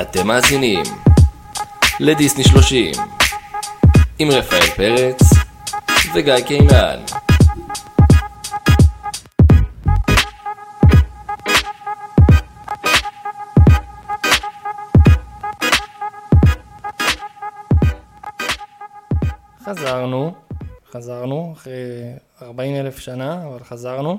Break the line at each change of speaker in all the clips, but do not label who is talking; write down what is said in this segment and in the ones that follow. אתם מאזינים לדיסני 30 עם רפאל פרץ וגיא קינן.
חזרנו, חזרנו, אחרי 40 אלף שנה, אבל חזרנו.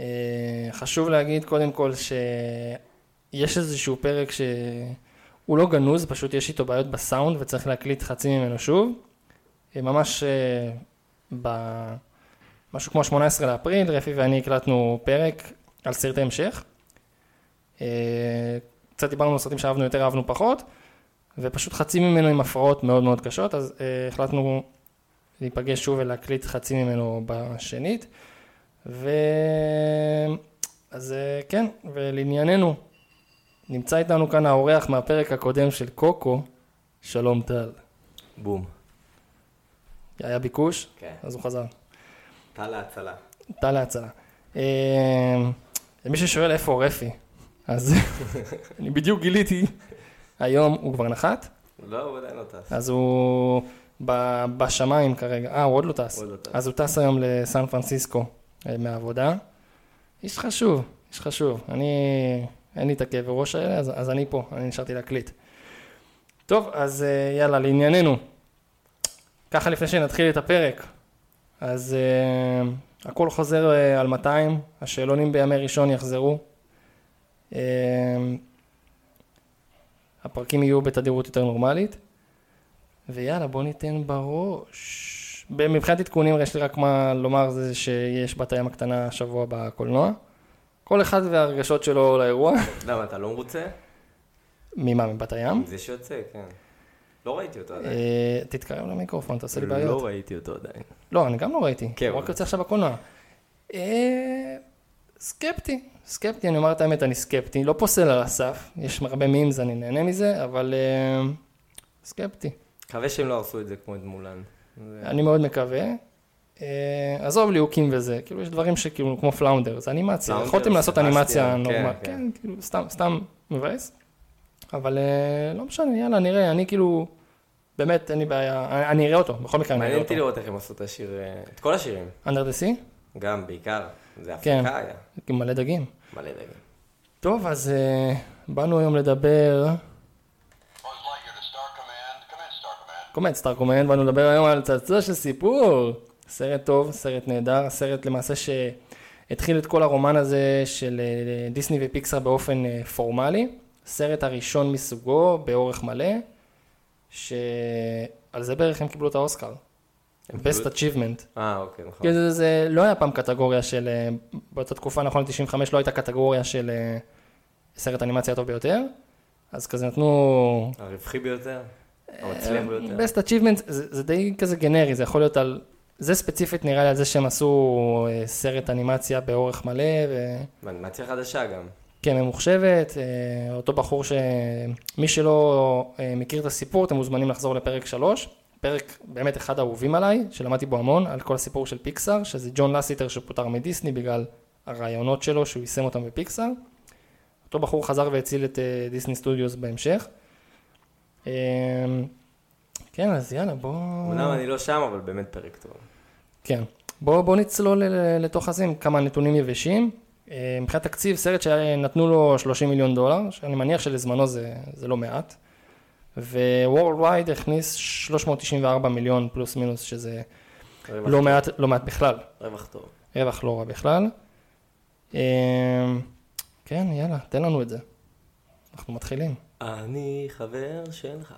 אה, חשוב להגיד קודם כל שיש איזשהו פרק שהוא לא גנוז, פשוט יש איתו בעיות בסאונד וצריך להקליט חצי ממנו שוב. אה, ממש אה, ב... משהו כמו 18 לאפריל, רפי ואני הקלטנו פרק על סרטי המשך. אה, קצת דיברנו על סרטים שאהבנו יותר, אהבנו פחות. ופשוט חצי ממנו עם הפרעות מאוד מאוד קשות, אז אה, החלטנו להיפגש שוב ולהקליט חצי ממנו בשנית. ו... אז אה, כן, ולענייננו, נמצא איתנו כאן האורח מהפרק הקודם של קוקו, שלום טל.
בום.
היה ביקוש,
כן.
אז הוא חזר.
טל ההצלה.
טל להצלה. אה, למי ששואל איפה רפי, אז אני בדיוק גיליתי, היום הוא כבר נחת.
לא, הוא עדיין לא טס.
אז הוא ב- בשמיים כרגע. אה, הוא עוד לא טס.
עוד לא טס.
אז הוא טס היום לסן פרנסיסקו אה, מהעבודה. איש חשוב, איש חשוב. אני, אין לי את הכאבי ראש האלה, אז, אז אני פה, אני נשארתי להקליט. טוב, אז אה, יאללה, לענייננו. ככה לפני שנתחיל את הפרק, אז אה, הכל חוזר אה, על 200, השאלונים בימי ראשון יחזרו. אה, הפרקים יהיו בתדירות יותר נורמלית. ויאללה, בוא ניתן בראש. מבחינת עדכונים, יש לי רק מה לומר, זה שיש בת הים הקטנה השבוע בקולנוע. כל אחד והרגשות שלו לאירוע.
למה, אתה לא מרוצה?
ממה, מבת הים?
זה שיוצא, כן. לא ראיתי אותו עדיין.
אה, תתקרב למיקרופון, תעשה לי
לא
בעיות.
ראיתי אותו עדיין.
לא, אני גם לא ראיתי.
כן,
הוא רק
אבל-
יוצא עכשיו בקולנוע. אה, סקפטי, סקפטי, אני אומר את האמת, אני סקפטי. לא פוסל על הסף, יש הרבה מימס, אני נהנה מזה, אבל אה, סקפטי.
מקווה שהם לא הרסו את זה כמו את מולן. זה-
אני מאוד מקווה. אה, עזוב ליהוקים וזה, כאילו יש דברים שכאילו כמו פלאונדר, זה אנימציה,
פלאונדר,
יכולתם לעשות
סבסטיאן,
אנימציה
כן,
נורמלית,
כן.
כן, כאילו סתם, סתם מבאס, אבל אה, לא משנה, יאללה נראה, אני כאילו, באמת אין לי בעיה, אני- אני אראה אותו, בכל מקרה אני לא אראה
מעניין
אותו.
אותי לראות איך הם עשו את השיר, אה, את כל השירים.
אנדר דה סי,
גם, בעיקר. זה
כן.
הפקה היה.
עם מלא דגים.
מלא דגל.
טוב, אז אה, באנו היום לדבר,
Buzz Lightyear to Star Command. Commence Star Command.
קומט סטארקומן, באנו לדבר היום על צעצוע של סיפור. סרט טוב, סרט נהדר, סרט למעשה שהתחיל את כל הרומן הזה של אה, דיסני ופיקסאר באופן אה, פורמלי. סרט הראשון מסוגו, באורך מלא, שעל זה בערך הם קיבלו את האוסקר. Best
קיבלו-
Achievement.
אה, אוקיי, נכון.
כן, זה, זה לא היה פעם קטגוריה של, אה, באותה תקופה, נכון, 95 לא הייתה קטגוריה של אה, סרט אנימציה הטוב ביותר, אז כזה נתנו
הרווחי ביותר?
אה,
המצליח ביותר?
best achievements זה, זה די כזה גנרי, זה יכול להיות על... זה ספציפית נראה לי על זה שהם עשו אה, סרט אנימציה באורך מלא, ו...
אנימציה חדשה גם.
כן, ממוחשבת, אה, אותו בחור שמי שלא אה, מכיר את הסיפור, אתם מוזמנים לחזור לפרק 3, פרק באמת אחד האהובים עליי, שלמדתי בו המון, על כל הסיפור של פיקסאר, שזה ג'ון לסיטר שפוטר מדיסני בגלל הרעיונות שלו, שהוא יישם אותם בפיקסאר. אותו בחור חזר והציל את אה, דיסני סטודיוס בהמשך. אה, כן, אז יאללה, בואו...
אומנם אני לא שם, אבל באמת פרק טוב.
כן. בואו בוא נצלול ל- לתוך הזה עם כמה נתונים יבשים. אה, מבחינת תקציב, סרט שנתנו לו 30 מיליון דולר, שאני מניח שלזמנו זה, זה לא מעט. ו-Worldwide הכניס 394 מיליון פלוס מינוס, שזה
רווח-
לא מעט, לא מעט בכלל.
רווח טוב.
רווח לא רע בכלל. אה, כן, יאללה, תן לנו את זה. אנחנו מתחילים.
אני חבר שלך.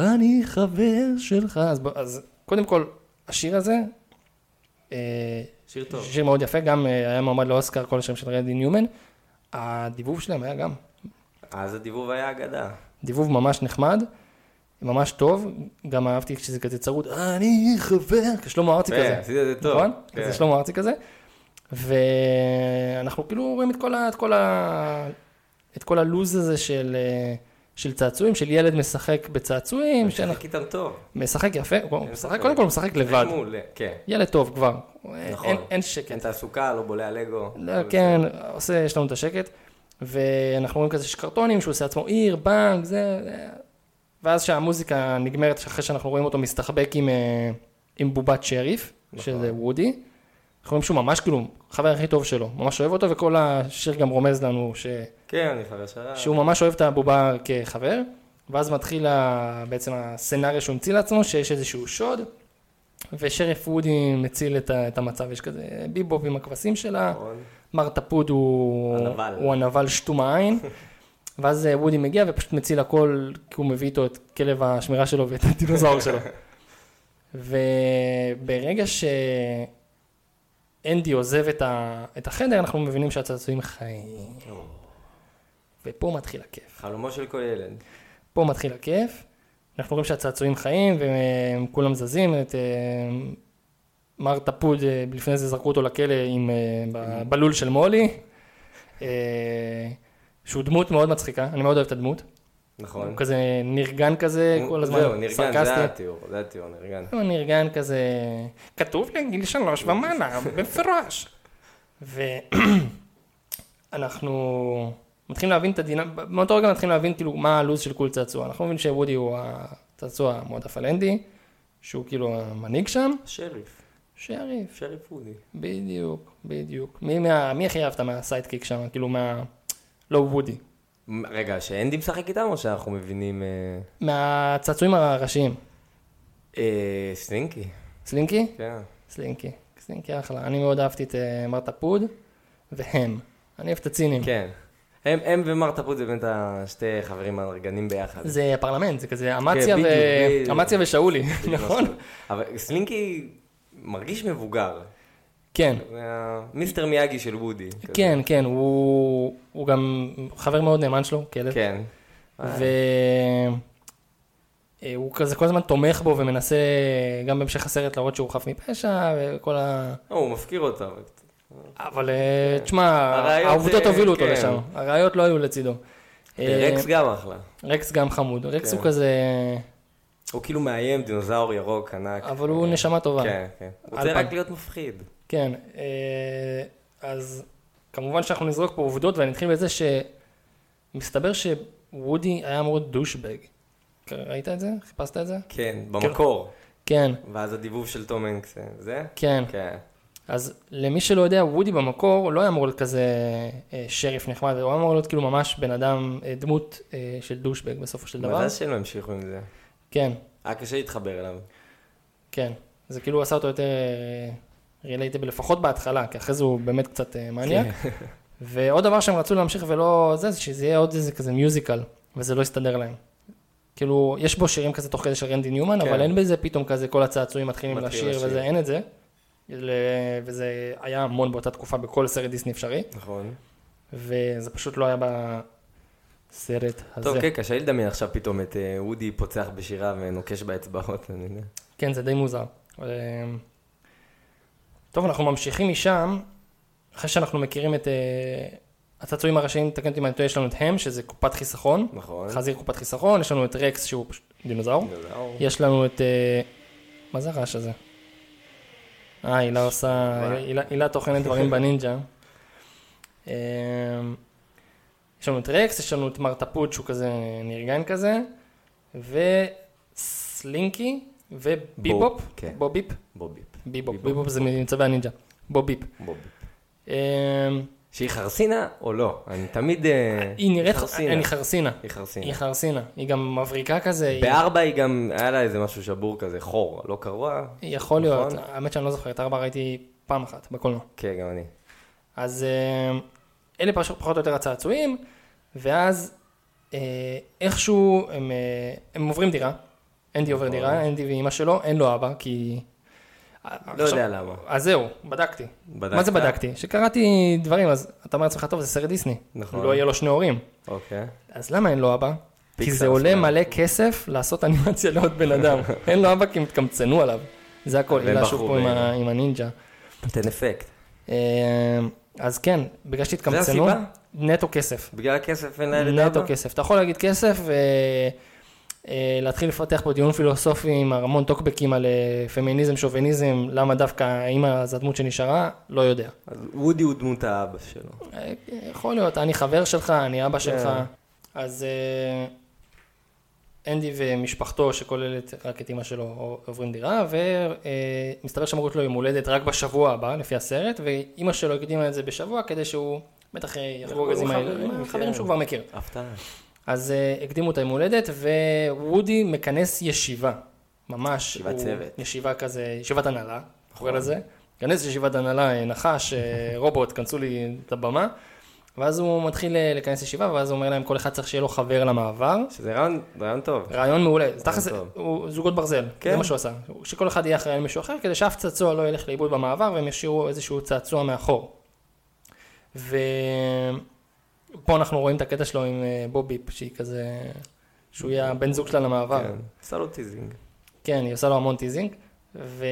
אני חבר שלך. אז, בוא- אז קודם כל, השיר הזה, אה,
שיר טוב.
שיר מאוד יפה, גם אה, היה מועמד לאוסקר כל השם של רדי ניומן. הדיבוב שלהם היה גם
אז הדיבוב היה אגדה.
דיבוב ממש נחמד, ממש טוב, גם אהבתי כשזה כזה צרוד, אני חבר, כשלמה ארצי
כן,
כזה.
עשית את זה טוב.
נכון?
כן.
זה שלמה ארצי כזה. ואנחנו כאילו רואים את כל, ה, את, כל ה, את כל הלוז הזה של, אה, של צעצועים, של ילד משחק בצעצועים, שאנחנו-
משחק איתם טוב.
משחק יפה, הוא משחק,
ספק.
קודם כל הוא משחק לבד,
מעולה, כן.
ילד טוב כבר, אין-
נכון.
אין- אין
אין
שקט,
תעסוקה, לא בולע לגו.
לא,
אבל
כן, עושה, יש לנו את השקט. ואנחנו רואים כזה שקרטונים שהוא עושה עצמו עיר, בנק, זה, זה. ואז שהמוזיקה נגמרת, אחרי שאנחנו רואים אותו מסתחבק עם, אה, עם בובת שריף,
נכון.
שזה וודי, אנחנו רואים שהוא ממש כאילו, חבר הכי טוב שלו, ממש אוהב אותו, וכל השיר גם רומז לנו ש...
כן, אני חבר שלה.
שהוא ממש אוהב את הבובה כחבר, ואז מתחיל ה- בעצם הסצנריו שהוא המציא לעצמו, שיש איזשהו שוד, ושריף וודי מציל את, ה- את המצב, יש כזה ביבוב עם הכבשים שלה,
נכון.
מר טפוד הוא
הנבל.
הוא הנבל שתום העין, ואז אה, וודי מגיע ופשוט מציל הכל, כי הוא מביא איתו את כלב השמירה שלו ואת הדינוזאור שלו. וברגע שאנדי עוזב את, ה... את החדר, אנחנו מבינים שהצעצועים חיים. ופה מתחיל הכיף.
חלומו של כל ילד.
פה מתחיל הכיף. אנחנו רואים שהצעצועים חיים והם כולם זזים. את אה, מר טפוד, אה, לפני זה זרקו אותו לכלא עם, אה, ב- בלול של מולי, אה, שהוא דמות מאוד מצחיקה, אני מאוד אוהב את הדמות.
נכון.
הוא כזה נרגן כזה, כל הזמן
זהו, נרגן, זה התיאור, זה התיאור, נרגן.
הוא נרגן כזה, כתוב לגיל שלוש ומעלה, במפורש. ואנחנו מתחילים להבין את הדינם, מאותו רגע מתחילים להבין כאילו מה הלו"ז של כל צעצוע. אנחנו מבינים שוודי הוא הצעצוע המועדף על אנדי, שהוא כאילו המנהיג שם.
שריף,
שריף,
שריף אודי.
בדיוק, בדיוק. מי, מה, מי הכי אהבת מהסיידקיק שם? כאילו מה... לא וודי.
מ- רגע, שאנדי משחק איתם או שאנחנו מבינים... אה,
מהצעצועים הראשיים.
אה, סלינקי,
סלינקי?
כן.
סלינקי, סלינקי אחלה. אני מאוד אהבתי את אה, מר טפוד, והם. אני אוהב את הצינים.
כן. הם, הם ומרתה פוט זה באמת השתי חברים הנרגנים ביחד.
זה הפרלמנט, זה כזה אמציה,
כן, בדיוק,
ו...
בדיוק.
אמציה ושאולי,
בדיוק מה
נכון?
שאתה אומר. אבל סלינקי מרגיש מבוגר.
כן,
זה המיסטר מיאגי של וודי. כזה.
כן, כן, הוא הוא גם חבר מאוד נאמן שלו, כלב.
כן.
והוא אה, כזה כל הזמן תומך בו ומנסה גם בהמשך הסרט להראות שהוא חף מפשע וכל ה...
לא, הוא מפקיר אותה. אבל-
אבל אה, תשמע,
כן. הראיות,
העובדות
אה,
הובילו אותו
כן.
לשם, הראיות לא היו לצידו. אה,
רקס גם אחלה.
רקס גם חמוד, רקס
כן.
הוא כזה,
הוא כאילו מאיים, דינוזאור ירוק, ענק.
אבל הוא נשמה טובה.
כן, כן. הוא
על
רוצה
פן.
רק להיות מפחיד.
כן, אה, אז כמובן שאנחנו נזרוק פה עובדות ואני אתחיל בזה שמסתבר שוודי היה מאוד דושבג. ראית את זה? חיפשת את זה?
כן, במקור.
כן,
ואז הדיבוב של טום הנקס, אה, זה?
כן.
כן.
אז למי שלא יודע, וודי במקור לא היה אמור להיות כזה אה, שריף נחמד, הוא היה אמור להיות כאילו ממש בן אדם, אה, דמות אה, של דושבג בסופו של דבר.
מזל שהם לא המשיכו עם זה.
כן,
היה אה, קשה להתחבר אליו.
כן. זה כאילו עשה אותו יותר רילייטבל, לפחות בהתחלה, כי אחרי זה הוא באמת קצת אה, מניאק.
כן.
ועוד דבר שהם רצו להמשיך ולא זה, זה שזה יהיה עוד איזה כזה מיוזיקל, וזה לא הסתדר להם. כאילו, יש בו שירים כזה תוך כדי של רנדי ניומן,
כן.
אבל אין בזה פתאום כזה כל הצעצועים מתחילים
מתחיל
לשיר
לשיר.
וזה, אין את זה. ל- וזה היה המון באותה תקופה בכל סרט דיסני אפשרי,
נכון.
וזה פשוט לא היה בסרט הזה.
טוב, כן, קשה לי לדמיין עכשיו פתאום את אה, אודי פוצח בשירה ונוקש באצבעות, אני יודע.
כן, זה די מוזר. אבל, אמ, טוב, אנחנו ממשיכים משם, אחרי שאנחנו מכירים את אה, הצעצועים הראשיים, תקן אותי אם אני טועה, יש לנו את הם, שזה קופת חיסכון,
נכון.
חזיר קופת חיסכון, יש לנו את רקס שהוא פשוט דינוזאור,
דינוזאור.
יש לנו את... אה, מה זה הרעש הזה? אה, הילה עושה... הילה- הילה לא טוחנת דברים בנינג'ה. אמ, יש לנו את רקס, יש לנו את מרטפוט שהוא כזה נרגן כזה, וסלינקי, וביבופ,
כן.
בוביפ,
בוביפ.
ביבופ,
ביבופ.
ביבופ זה מצבי הנינג'ה, בוביפ.
בוביפ.
אמ,
שהיא חרסינה או לא? אני תמיד... אה,
היא נראית...
חרסינה.
אני חרסינה.
היא
היא
חרסינה.
חרסינה, היא גם מבריקה כזה, היא-
בארבע היא גם, היה לה איזה משהו שבור כזה, חור, לא קרוע?
יכול
נכון?
להיות, האמת שאני לא זוכר, את ארבע ראיתי פעם אחת בקולנוע.
כן, גם אני.
אז אה, אלה פשוט פחות או יותר הצעצועים, ואז אה, איכשהו הם, אה, הם עוברים דירה, אנדי עובר
נכון.
דירה, אנדי ואימא שלו, אין לו אבא, כי...
לא יודע למה.
אז זהו, בדקתי.
בדקת?
מה זה בדקתי? שקראתי דברים, אז אתה אומר לעצמך, טוב, זה סרט דיסני.
נכון.
לא יהיה לו שני הורים.
אוקיי.
אז למה אין לו אבא? כי
פיקסאר
זה עולה
עשתה.
מלא כסף לעשות אנימציה לעוד בן אדם. אין לו אבא כי הם התקמצנו עליו. זה הכל,
והם
הילה שוב
בחרו
פה עם
ב-
ה- עם הנינג'ה.
נותן אפקט.
אה, אז כן, בגלל שהתקמצנו,
הסיבה?
נטו כסף.
בגלל הכסף אין לה ילד
נטו
אבא?
כסף. אתה יכול להגיד כסף, ו- אה, להתחיל לפתח פה דיון פילוסופי עם המון טוקבקים על אה, פמיניזם, שוביניזם, למה דווקא האמא זה הדמות שנשארה, לא יודע.
אז וודי הוא דמות האבא שלו.
אה, יכול להיות, אני חבר שלך, אני אבא שלך. אז אה, אנדי ומשפחתו, שכוללת רק את אימא שלו, עוברים דירה, אה, ומסתבר שהמרות לו לא יום הולדת רק בשבוע הבא, לפי הסרט, ואימא שלו הקדימה את זה בשבוע, כדי שהוא בטח אה, יחגוג את זה עם
חברים,
הילדים, חברים
כן.
שהוא כבר מכיר.
הפתעה.
אז אה, הקדימו את היום הולדת, וודי מכנס ישיבה, ממש.
ישיבת
הוא-
צוות. נכון.
ישיבה כזה, ישיבת הנהלה, קורא לזה. כנס ישיבת הנהלה, אה, נחש, אה, רובוט, כנסו לי את הבמה. ואז הוא מתחיל אה, לכנס ישיבה, ואז הוא אומר להם, כל אחד צריך שיהיה לו חבר למעבר.
שזה רעיון, רעיון טוב.
רעיון מעולה, אז תכל'ס
טוב.
הוא זוגות ברזל, זה
כן.
מה שהוא עשה, שכל אחד יהיה אחראי על מישהו אחר, כדי שאף צעצוע לא ילך לאיבוד במעבר והם ישאירו איזשהו צעצוע מאחור. ופה אנחנו רואים את הקטע שלו עם אה, בוביפ, שהיא כזה, שהוא יהיה הבן זוג שלה למעבר.
כן. עשה לו טיזינג.
כן, היא עושה לו המון טיזינג, ו...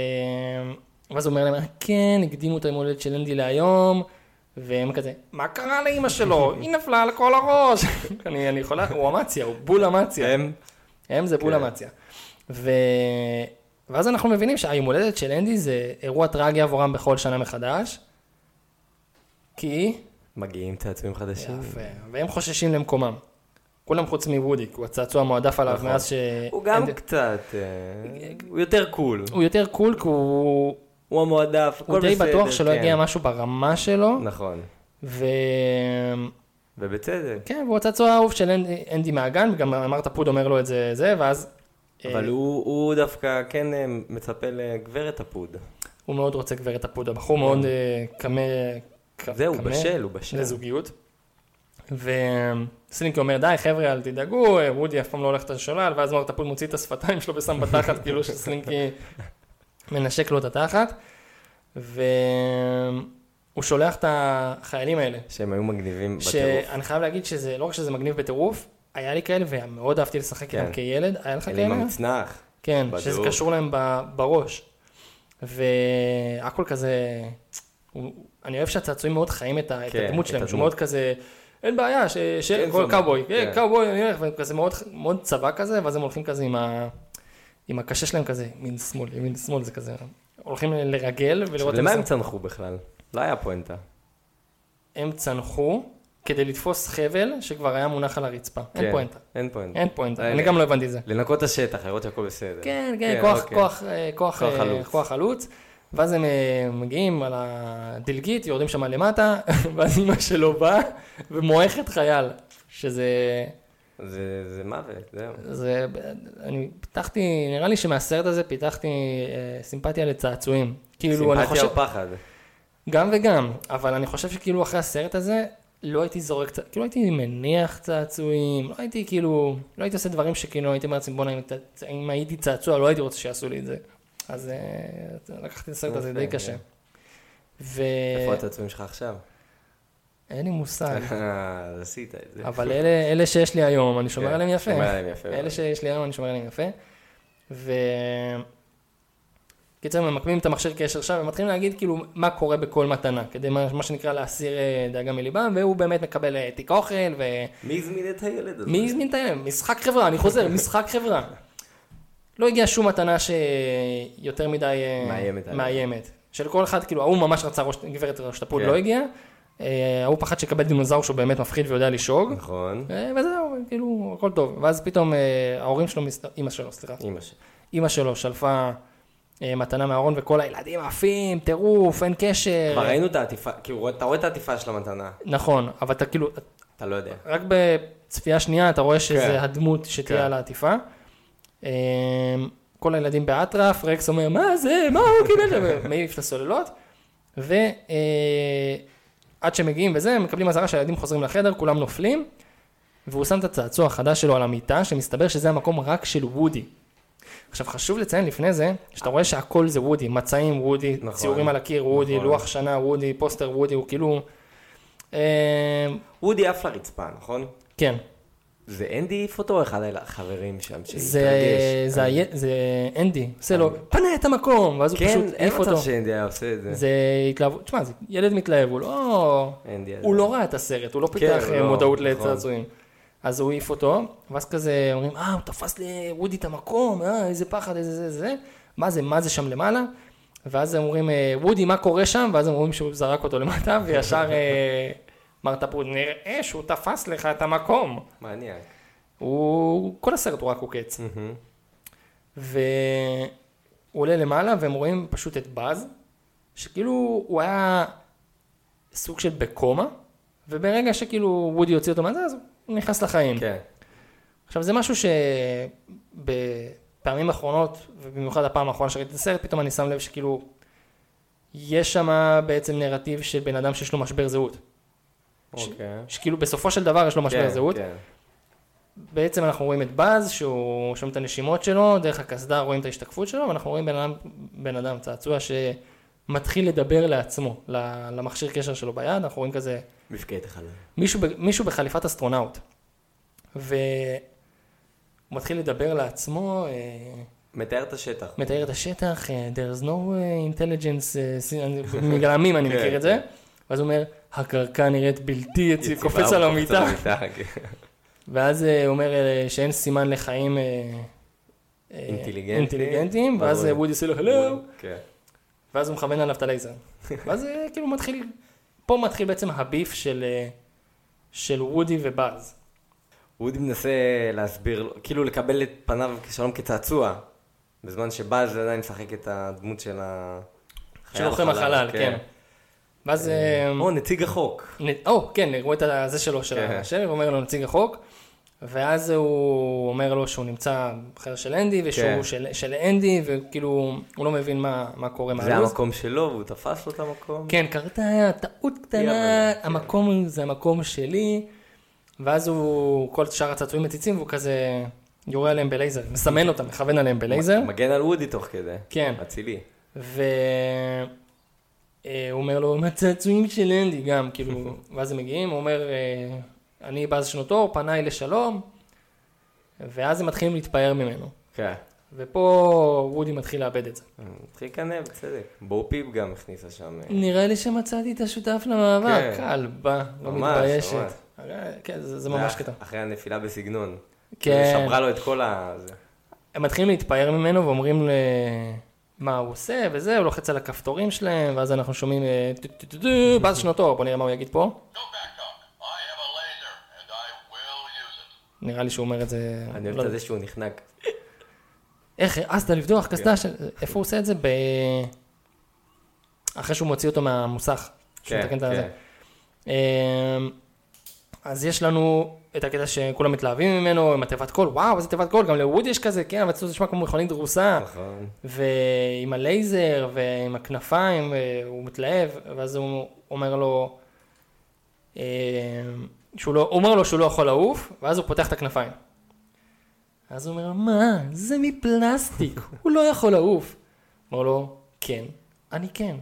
ואז הוא אומר להם, "אה, כן, הקדימו את היום הולדת של אנדי להיום, והם כזה, מה קרה לאימא שלו? היא נפלה על כל הראש. אני, אני יכולה, הוא אמציה, הוא בול אמציה.
הם?
הם זה בול
כן.
אמציה. ו... ואז אנחנו מבינים שהיום הולדת של אנדי זה אירוע טרגי עבורם בכל שנה מחדש. כי...
מגיעים צעצועים חדשים.
יפה. והם חוששים למקומם. כולם חוץ מוודי, כי הוא הצעצוע המועדף עליו
נכון.
מאז ש...
הוא גם
אנדי-
קצת, אה, הוא יותר קול.
הוא יותר קול כי הוא...
הוא המועדף, הכל
הוא די
בסדר,
בטוח שלא
כן.
יגיע משהו ברמה שלו.
נכון,
ו...
ובצדק.
כן, והוא הצעצוע האהוב של אנדי- אנדי מהגן, וגם אמרת פוד אומר לו את זה, זה, ואז...
אבל
אה,
הוא הוא דווקא כן אה, מצפה לגברת הפוד.
הוא מאוד רוצה גברת הפוד, הבחור מאוד אה, קמה... ק-
נכון. זהו, הוא
קמה
בשל, הוא בשל.
לזוגיות. וסלינקי אומר, די חבר'ה, אל תדאגו, אה, וודי אף פעם לא הולך את השולל, ואז מרק הפול מוציא את השפתיים שלו ושם בתחת, כאילו שסלינקי מנשק לו את התחת. והוא שולח את החיילים האלה,
שהם היו מגניבים בטירוף.
שאני חייב להגיד שזה, לא רק שזה מגניב בטירוף, היה לי כאלה, ומאוד אהבתי לשחק איתם
כן.
כילד, היה לך
אלים
כאלה?
המצנח.
כן,
בדוק.
שזה קשור להם ב- בראש. והכל כזה, הוא- אני אוהב שהצעצועים מאוד חיים את ה- את
כן,
הדמות
את
שלהם, שהוא
הדמות.
מאוד כזה, אין בעיה, ש- ש-
כן,
כל
זונה,
קאובוי,
כן.
כן, קאובוי, אני הולך, והם כזה מאוד- מאוד צבא כזה, ואז הם הולכים כזה עם ה... עם הקשה שלהם כזה, ימין שמאל, ימין שמאל, זה כזה, הולכים לרגל ולראות...
למה
אם
הם
זה-
צנחו בכלל? לא היה פואנטה.
הם צנחו כדי לתפוס חבל שכבר היה מונח על הרצפה, אין
כן,
פואנטה.
אין פואנטה.
אין פואנטה,
אה,
אני גם לא הבנתי את זה.
לנקות את השטח, לראות שהכל בסדר.
כן, כן, כוח,
אוקיי.
כוח, אה, כוח,
כוח
אה,
חלוץ.
כוח חלוץ. ואז הם אה, מגיעים על הדלגית, יורדים שם למטה, ואז אמא שלו באה ומועכת חייל, שזה,
זה זה מוות, זהו.
זה, אני פיתחתי, נראה לי שמהסרט הזה פיתחתי אה, סימפתיה לצעצועים. כאילו, אני
סימפתיה
חושב,
או פחד.
גם וגם, אבל אני חושב שכאילו אחרי הסרט הזה, לא הייתי זורק, צע- כאילו הייתי מניח צעצועים, לא הייתי כאילו, לא הייתי עושה דברים שכאילו הייתי אומר לעצמי, בואנה, אם צע- אם הייתי צעצוע, לא הייתי רוצה שיעשו לי את זה. אז אה, לקחתי את הסרט הזה די
יפה,
קשה.
כן.
ו...
איפה הצעצועים שלך עכשיו?
אין לי מושג,
אה, אז עשית את זה.
אבל אלה, אלה שיש לי היום, אני שומר
כן,
עליהם יפה.
שומר עליהם יפה.
אלה שיש לי היום, אני שומר עליהם יפה. ו... קיצר, ממקמים את המכשיר קשר שם, ומתחילים להגיד כאילו מה קורה בכל מתנה, כדי מה, מה שנקרא להסיר אה, דאגה מליבם, והוא באמת מקבל אה, תיק אוכל, ומי
מי הזמין את הילד הזה?
הזמין את הילד? משחק חברה, אני חוזר, משחק חברה. לא הגיעה שום מתנה שיותר מדי אה,
מאיימת עליו.
מאיימת. של כל אחד, כאילו, ההוא ממש רצה ראש, גברת ראש תפול,
כן.
לא הגיע. אה, ההוא פחד שיקבל דינוזאור שהוא באמת מפחיד ויודע לשאוג.
נכון.
אה, וזהו, כאילו, הכל טוב. ואז פתאום אה, ההורים שלו, מסת- אימא שלו, סליחה,
אמא שלי.
אימא שלו שלפה אה, מתנה מהארון וכל הילדים עפים, טירוף, אין קשר.
כבר ראינו את העטיפה, כאילו אתה רואה את העטיפה של המתנה,
נכון, אבל אתה כאילו,
אתה לא יודע.
רק בצפייה שנייה אתה רואה שזה
כן.
הדמות שתהיה
כן.
על העטיפה. אה, כל הילדים באטרף, רקס אומר, מה זה, מה הוא קיבל? שם?" מעיף את הסוללות. ועד שמגיעים וזה, הם מקבלים אזהרה שהילדים חוזרים לחדר, כולם נופלים. והוא שם את הצעצוע החדש שלו על המיטה, שמסתבר שזה המקום רק של וודי. עכשיו חשוב לציין לפני זה, שאתה רואה שהכל זה וודי, מצעים וודי, נכון,
נכון.
ציורים על הקיר וודי,
נכון.
לוח שנה וודי, פוסטר וודי, הוא כאילו... אה,
וודי עף לרצפה, נכון?
כן,
זה אנדי העיף אותו או אחד החברים שם
זה, אה,
שהתרגש?
זה,
אני-
היה- זה אנדי, עושה לו, פנה את המקום, ואז הוא
כן,
פשוט
אין
העיף
מצב
אותו.
שאנדי היה עושה את זה.
זה התלהבות, תשמע, זה ילד מתלהב, הוא לא...
אנדי הזה.
הוא לא ראה את הסרט, הוא לא פיתח אה,
הוא כן. לא,
מודעות
נכון.
לצעצועים. אז הוא העיף אותו, ואז כזה אומרים, אה, הוא תפס לוודי את המקום, אה, איזה פחד, איזה זה, זה, מה זה, מה זה שם למעלה? ואז הם אומרים, אה, וודי, מה קורה שם? ואז הם אומרים שהוא זרק אותו למטה, וישר אה, מר טפוד, נראה שהוא תפס לך את המקום.
מעניין.
הוא, כל הסרט הוא רק עוקץ.
מהמם.
והוא עולה למעלה והם רואים פשוט את באז, שכאילו הוא היה סוג של בקומה, וברגע שכאילו וודי הוציא אותו מהזה, אז הוא נכנס לחיים.
כן.
עכשיו זה משהו שבפעמים האחרונות, ובמיוחד הפעם האחרונה שראיתי את הסרט, פתאום אני שם לב שכאילו, יש שם בעצם נרטיב של בן אדם שיש לו משבר זהות.
אוקיי.
שכאילו בסופו של דבר יש לו משבר
כן,
זהות.
כן.
בעצם אנחנו רואים את באז, שהוא שומע את הנשימות שלו, דרך הקסדה רואים את ההשתקפות שלו, ואנחנו רואים בן אדם, בן אדם צעצוע שמתחיל לדבר לעצמו, ל- למכשיר קשר שלו ביד, אנחנו רואים כזה
מפקד החלל.
מישהו, ב- מישהו בחליפת אסטרונאוט. והוא מתחיל לדבר לעצמו, אה,
מתאר את השטח.
מתאר את השטח, אה, there's no אה, intelligence, אה, see- אני- בגלל עמים אני
כן,
מכיר את זה,
כן.
ואז הוא אומר, הקרקע נראית בלתי יציב,
יציבה,
קופץ על
הוא קופץ
המיטה.
כן.
ואז אה, הוא אומר אה, שאין סימן לחיים אה, אה,
אינטליגנטים.
אינטליגנטים, ואז אה,
ברור.
וודי עושה לו הלו,
כן.
ואז הוא מכוון עליו את הלייזר. ואז אה, כאילו מתחיל, פה מתחיל בעצם הביף של, אה, של וודי ובאז.
אודי מנסה להסביר, לו- כאילו לקבל את פניו כשלום כצעצוע, בזמן שבאז עדיין משחק את הדמות של ה...
של לוחם החלל, כן. ואז... אה,
או, נציג החוק.
נ- או, כן, רואה את הזה שלו, של
כן.
השלג, אומר לו נציג החוק, ואז הוא אומר לו שהוא נמצא חבר של אנדי, ושהוא
כן.
של, של אנדי, וכאילו, הוא לא מבין מה, מה קורה, מה
זה
הלו"ז.
המקום שלו, והוא תפס לו את המקום.
כן, קרתה טעות קטנה,
אי-הבנה,
המקום זה המקום שלי, ואז הוא, כל שאר הצעצועים מציצים, והוא כזה יורה עליהם בלייזר, מסמן אותם, מכוון עליהם בלייזר,
מ- מגן על וודי תוך כדי.
כן.
אצילי.
והוא אה, אומר לו, מה הצעצועים של אנדי גם, כאילו, ואז הם מגיעים, הוא אומר, אה, אני באז שנות אור, פניי לשלום, ואז הם מתחילים להתפאר ממנו,
כן.
ופה וודי מתחיל לאבד את זה.
התחיל לקנא, בצדק. בואו פיפ גם הכניסה שם.
נראה לי שמצאתי את השותף למאבק,
כן.
כלבה, לא
ממש,
מתביישת.
ממש. אה.
הרי- כן, זה זה ממש
זה
קטע.
אח- אחרי הנפילה בסגנון.
כן.
שברה לו את כל ה... זה.
הם מתחילים להתפאר ממנו ואומרים ל... מה הוא עושה וזה, הוא לוחץ על הכפתורים שלהם, ואז אנחנו שומעים אה, טו-טו-טו-טו, ואז שנותו, בוא נראה מה הוא יגיד פה.
No back talk. I have a laser, and I will use it.
נראה לי שהוא אומר את זה...
אני
לא-
אוהב את זה כן. שהוא נחנק.
איך העזת לבדוח קסדה של... איפה הוא עושה את זה? ב... אחרי שהוא מוציא אותו מהמוסך. שהוא
כן,
מתקן את הזה.
כן.
אמ, אז יש לנו את הקטע שכולם מתלהבים ממנו עם התיבת קול, וואו, איזה תיבת קול, גם לווד יש כזה, כן, אבל זה נשמע כמו מכונית דרוסה,
נכון.
ועם הלייזר, ועם הכנפיים, הוא מתלהב, ואז הוא אומר לו, אמ, שהוא לא, הוא אומר לו שהוא לא יכול לעוף, ואז הוא פותח את הכנפיים. אז הוא אומר, מה, זה מפלסטיק, הוא לא יכול לעוף. אומר לו, כן, אני כן.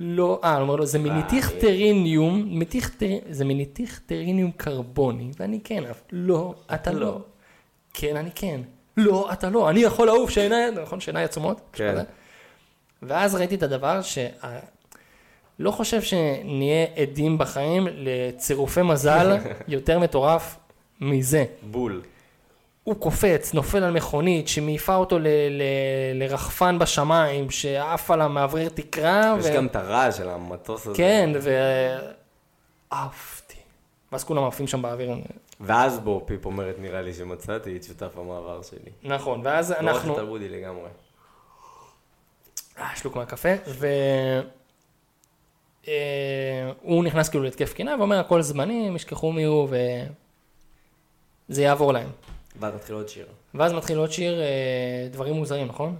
לא, אה, הוא אומר לו, זה מניטיכטריניום, מטיכטר- זה מניטיכטריניום קרבוני, ואני כן, אבל לא, אתה לא. כן, אני כן. לא, אתה לא, אני יכול לעוף שעיניי, נכון, שעיניי עצומות?
כן.
משהו כזה. ואז ראיתי את הדבר ש... לא חושב שנהיה עדים בחיים לצירופי מזל יותר מטורף מזה.
בול.
הוא קופץ, נופל על מכונית, שמעיפה אותו ל- ל- לרחפן בשמיים, שעף עליו מאוורר תקרה.
יש גם את הרעש של המטוס הזה.
כן, ו... עפתי. ואז כולם עפים שם באוויר.
ואז בו פיפ אומרת, נראה לי שמצאתי את שותף המעבר שלי.
נכון, ואז
אנחנו...
אנחנו...
לא רואה את לגמרי.
אה, שלוק מהקפה, ו... אה, הוא נכנס כאילו להתקף קינה ואומר הכל זמני, הם ישכחו מי הוא וזה יעבור להם.
ואז נתחיל עוד שיר.
ואז מתחיל עוד שיר, אה, דברים מוזרים, נכון?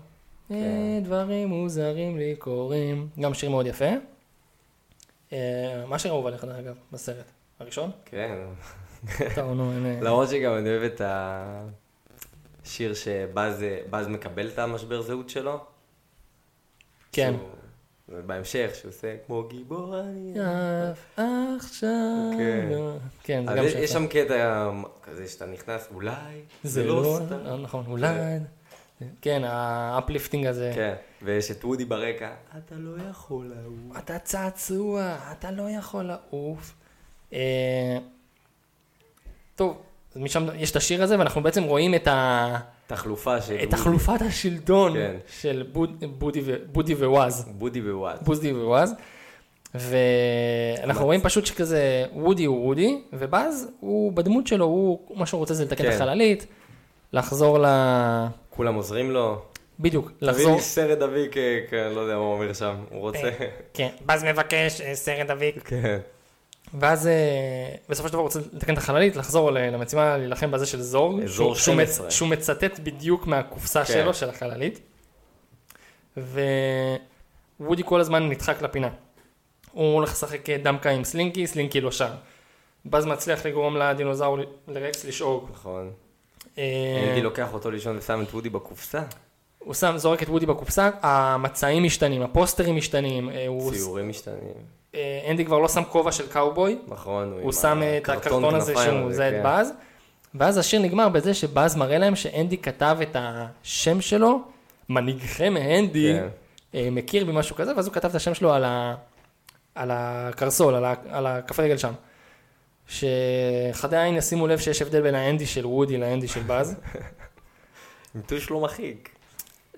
כן.
אה, דברים מוזרים לי קורים. גם שיר מאוד יפה. אה, מה שראוב עליך, דרך אגב, בסרט? הראשון?
כן.
טוב, נו, אין... אה,
למרות שגם אני אוהב את השיר שבאז באז מקבל את המשבר זהות שלו.
כן.
שהוא- בהמשך, שהוא עושה כמו גיבור אני...
אף עכשיו...
אוקיי.
לא. כן, זה
אז
גם
יש-
שיר.
יש
טוב.
שם קטע כזה שאתה נכנס, אולי,
זה לא...
סתם.
אה, נכון, אולי... כן, האפליפטינג הזה.
כן, ויש את וודי ברקע, אתה לא יכול לעוף.
אתה צעצוע, אתה לא יכול לעוף. אה, טוב, משם יש את השיר הזה, ואנחנו בעצם רואים את, ה...
תחלופה של...
את
בודי.
החלופת השלטון
כן.
של בוד... בודי, ו... בודי וואז,
בודי בוואט.
בוזדי ווואז, ואנחנו רואים פשוט שכזה, וודי הוא וודי, ובאז הוא בדמות שלו, הוא, מה שהוא רוצה זה לתקן את
כן.
החללית, לחזור ל...
כולם עוזרים לו.
בדיוק,
תביא
לחזור...
לי סרט אביק, אה, כן, לא יודע מה הוא אומר שם, הוא רוצה.
כן, באז מבקש אה, סרט אביק.
כן.
ואז אה, בסופו של דבר הוא רוצה לתקן את החללית, לחזור ל- למשימה להילחם בזה של זורג,
אזור
שהוא, שהוא, מצ-
12.
שהוא מצטט בדיוק מהקופסה
כן.
שלו, של החללית, וודי כל הזמן נדחק לפינה. הוא הולך לשחק אה, דמקה עם סלינקי, סלינקי לא שם. באז מצליח לגרום לדינוזאור ל- לרקס לשאוג.
נכון.
אה,
אנדי לוקח אותו לישון ושם את וודי בקופסה.
הוא שם, זורק את וודי בקופסה, המצעים משתנים, הפוסטרים משתנים, אה, הוא-
ציורים משתנים.
אה, אנדי כבר לא שם כובע של קאובוי,
נכון,
הוא שם אה, את הקרטון הזה
כנפיים
שהוא מזהה
כן.
את באז, ואז השיר נגמר בזה שבאז מראה להם שאנדי כתב את השם שלו, מנהיגכם האנדי,
כן.
אה, מכיר במשהו כזה, ואז הוא כתב את השם שלו על, ה, על הקרסול, על, ה, על הכף רגל שם. שחדי העין ישימו לב שיש הבדל בין האנדי של וודי לאנדי של באז.
מיטוש לא מחיק.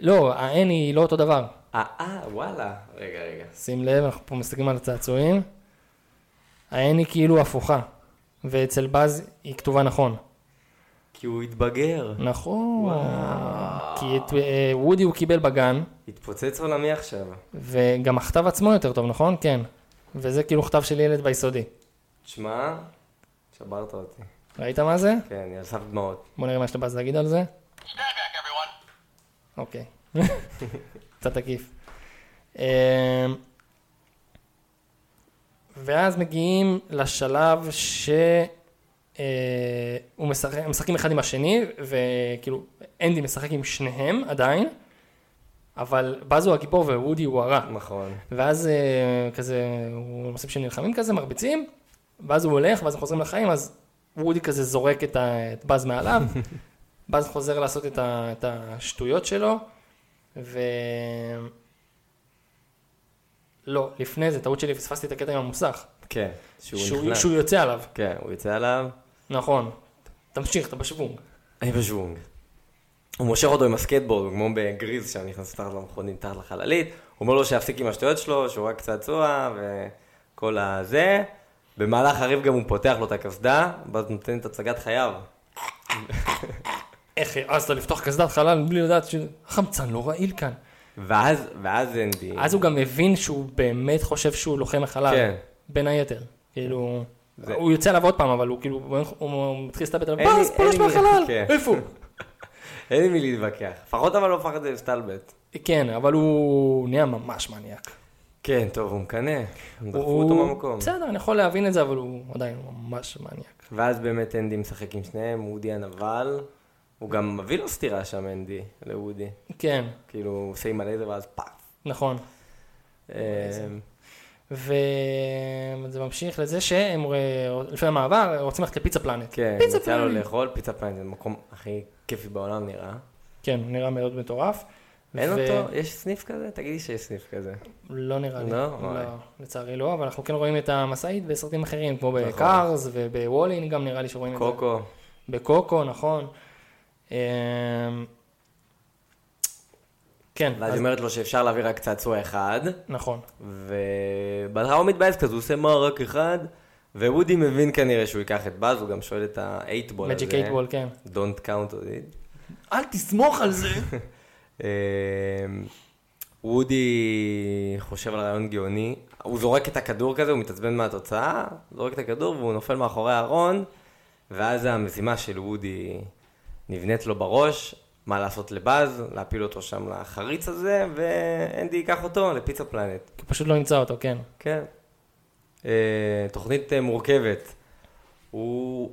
לא, האן היא לא אותו דבר.
אה, אה, וואלה. רגע, רגע.
שים לב, אנחנו פה מסתכלים על הצעצועים. האן היא כאילו הפוכה, ואצל באז היא כתובה נכון.
כי הוא התבגר.
נכון. כי את אה, וודי הוא קיבל בגן,
התפוצץ עולמי עכשיו.
וגם הכתב עצמו יותר טוב, נכון? כן. וזה כאילו כתב של ילד ביסודי.
תשמע, שברת אותי.
ראית מה זה?
כן, אני על סף דמעות.
בוא נראה מה שאתה בא להגיד על זה.
Stand back, everyone.
אוקיי. קצת עקיף. אה, ואז מגיעים לשלב ש... אה, הוא משחק, הם משחקים אחד עם השני, וכאילו, אנדי משחק עם שניהם עדיין, אבל באז הוא הגיבור ווודי הוא הרע.
נכון.
ואז אה, כזה, הוא עושים שהם נלחמים כזה, מרביצים, ואז הוא הולך, ואז הם חוזרים לחיים, אז וודי כזה זורק את, ה- את באז מעליו, באז חוזר לעשות את, ה, את השטויות שלו, ו... לא, לפני זה, טעות שלי, פספסתי את הקטע עם המוסך.
כן. שהוא
שהוא,
נכנס.
שהוא יוצא עליו,
כן, הוא יוצא עליו.
נכון. תמשיך, אתה בשוונג.
אני בשוונג. הוא מושך אותו עם הסקטבורד, כמו בגריז שם נכנס מתחת למכונית, מתחת לחללית. הוא אומר לו שיפסיק עם השטויות שלו, שהוא רק צעצוע וכל הזה. במהלך הריב גם הוא פותח לו את הקסדה, ואז נותן את הצגת חייו.
איך העזת לפתוח קסדת חלל בלי לדעת שהחמצן לא רעיל כאן.
ואז, ואז אנדי.
אז הוא גם הבין שהוא באמת חושב שהוא לוחם החלל.
כן.
בין היתר. כאילו,
זה-
הוא יוצא עליו עוד פעם, אבל הוא כאילו, הוא- הוא מתחיל להסתבט עליו,
אין לי-
באז,
אין
פולש
לי מי-
מהחלל,
כן.
איפה הוא?
אין לי מי להתווכח. לפחות אבל לא מפחד להסתלבט.
כן, אבל הוא נהיה ממש מניאק.
כן, טוב, הוא מקנא. הם דחפו
הוא-
אותו מהמקום.
בסדר, אני יכול להבין את זה, אבל הוא עדיין ממש מניאק.
ואז באמת אנדי משחק עם שניהם, אודי הנבל. הוא גם מביא לו סטירה שם, אנדי, לאודי.
כן,
כאילו, הוא עושה עם הלייזר ואז פאף.
נכון.
אמ,
וזה ממשיך לזה שהם, אה, לפני המעבר, רוצים ללכת לפיצה פלנט.
כן,
פיצה
יצא לו
פלנט.
לאכול פיצה פלנט, זה המקום הכי כיפי בעולם נראה.
כן, הוא נראה מאוד מטורף.
אין
ו-
אותו? יש סניף כזה? תגידי שיש סניף כזה.
לא נראה לי.
לא?
לא,
וואי.
לצערי לא, אבל אנחנו כן רואים את המשאית בסרטים אחרים, כמו בקארס ובוולין, גם נראה לי שרואים את זה.
נכון. קוקו.
בקוקו, נכון. אמ, כן,
ואז היא
אז-
אומרת לו שאפשר להביא רק צעצוע אחד,
נכון.
ובהתחלה הוא מתבאס כזה, הוא עושה מה רק אחד, וודי מבין כנראה שהוא ייקח את באז, הוא גם שואל את האייטבול הזה.
מג'יק אייטבול, כן.
Don't count on it.
אל תסמוך על זה.
אמ, וודי חושב על רעיון גאוני, הוא זורק את הכדור כזה, הוא מתעצבן מהתוצאה, זורק את הכדור והוא נופל מאחורי הארון, ואז המזימה של וודי נבנית לו בראש, מה לעשות לבאז, להפיל אותו שם לחריץ הזה, ואנדי ייקח אותו לפיצה פלנט.
כי פשוט לא נמצא אותו, כן.
כן. אה, תוכנית אה, מורכבת. הוא...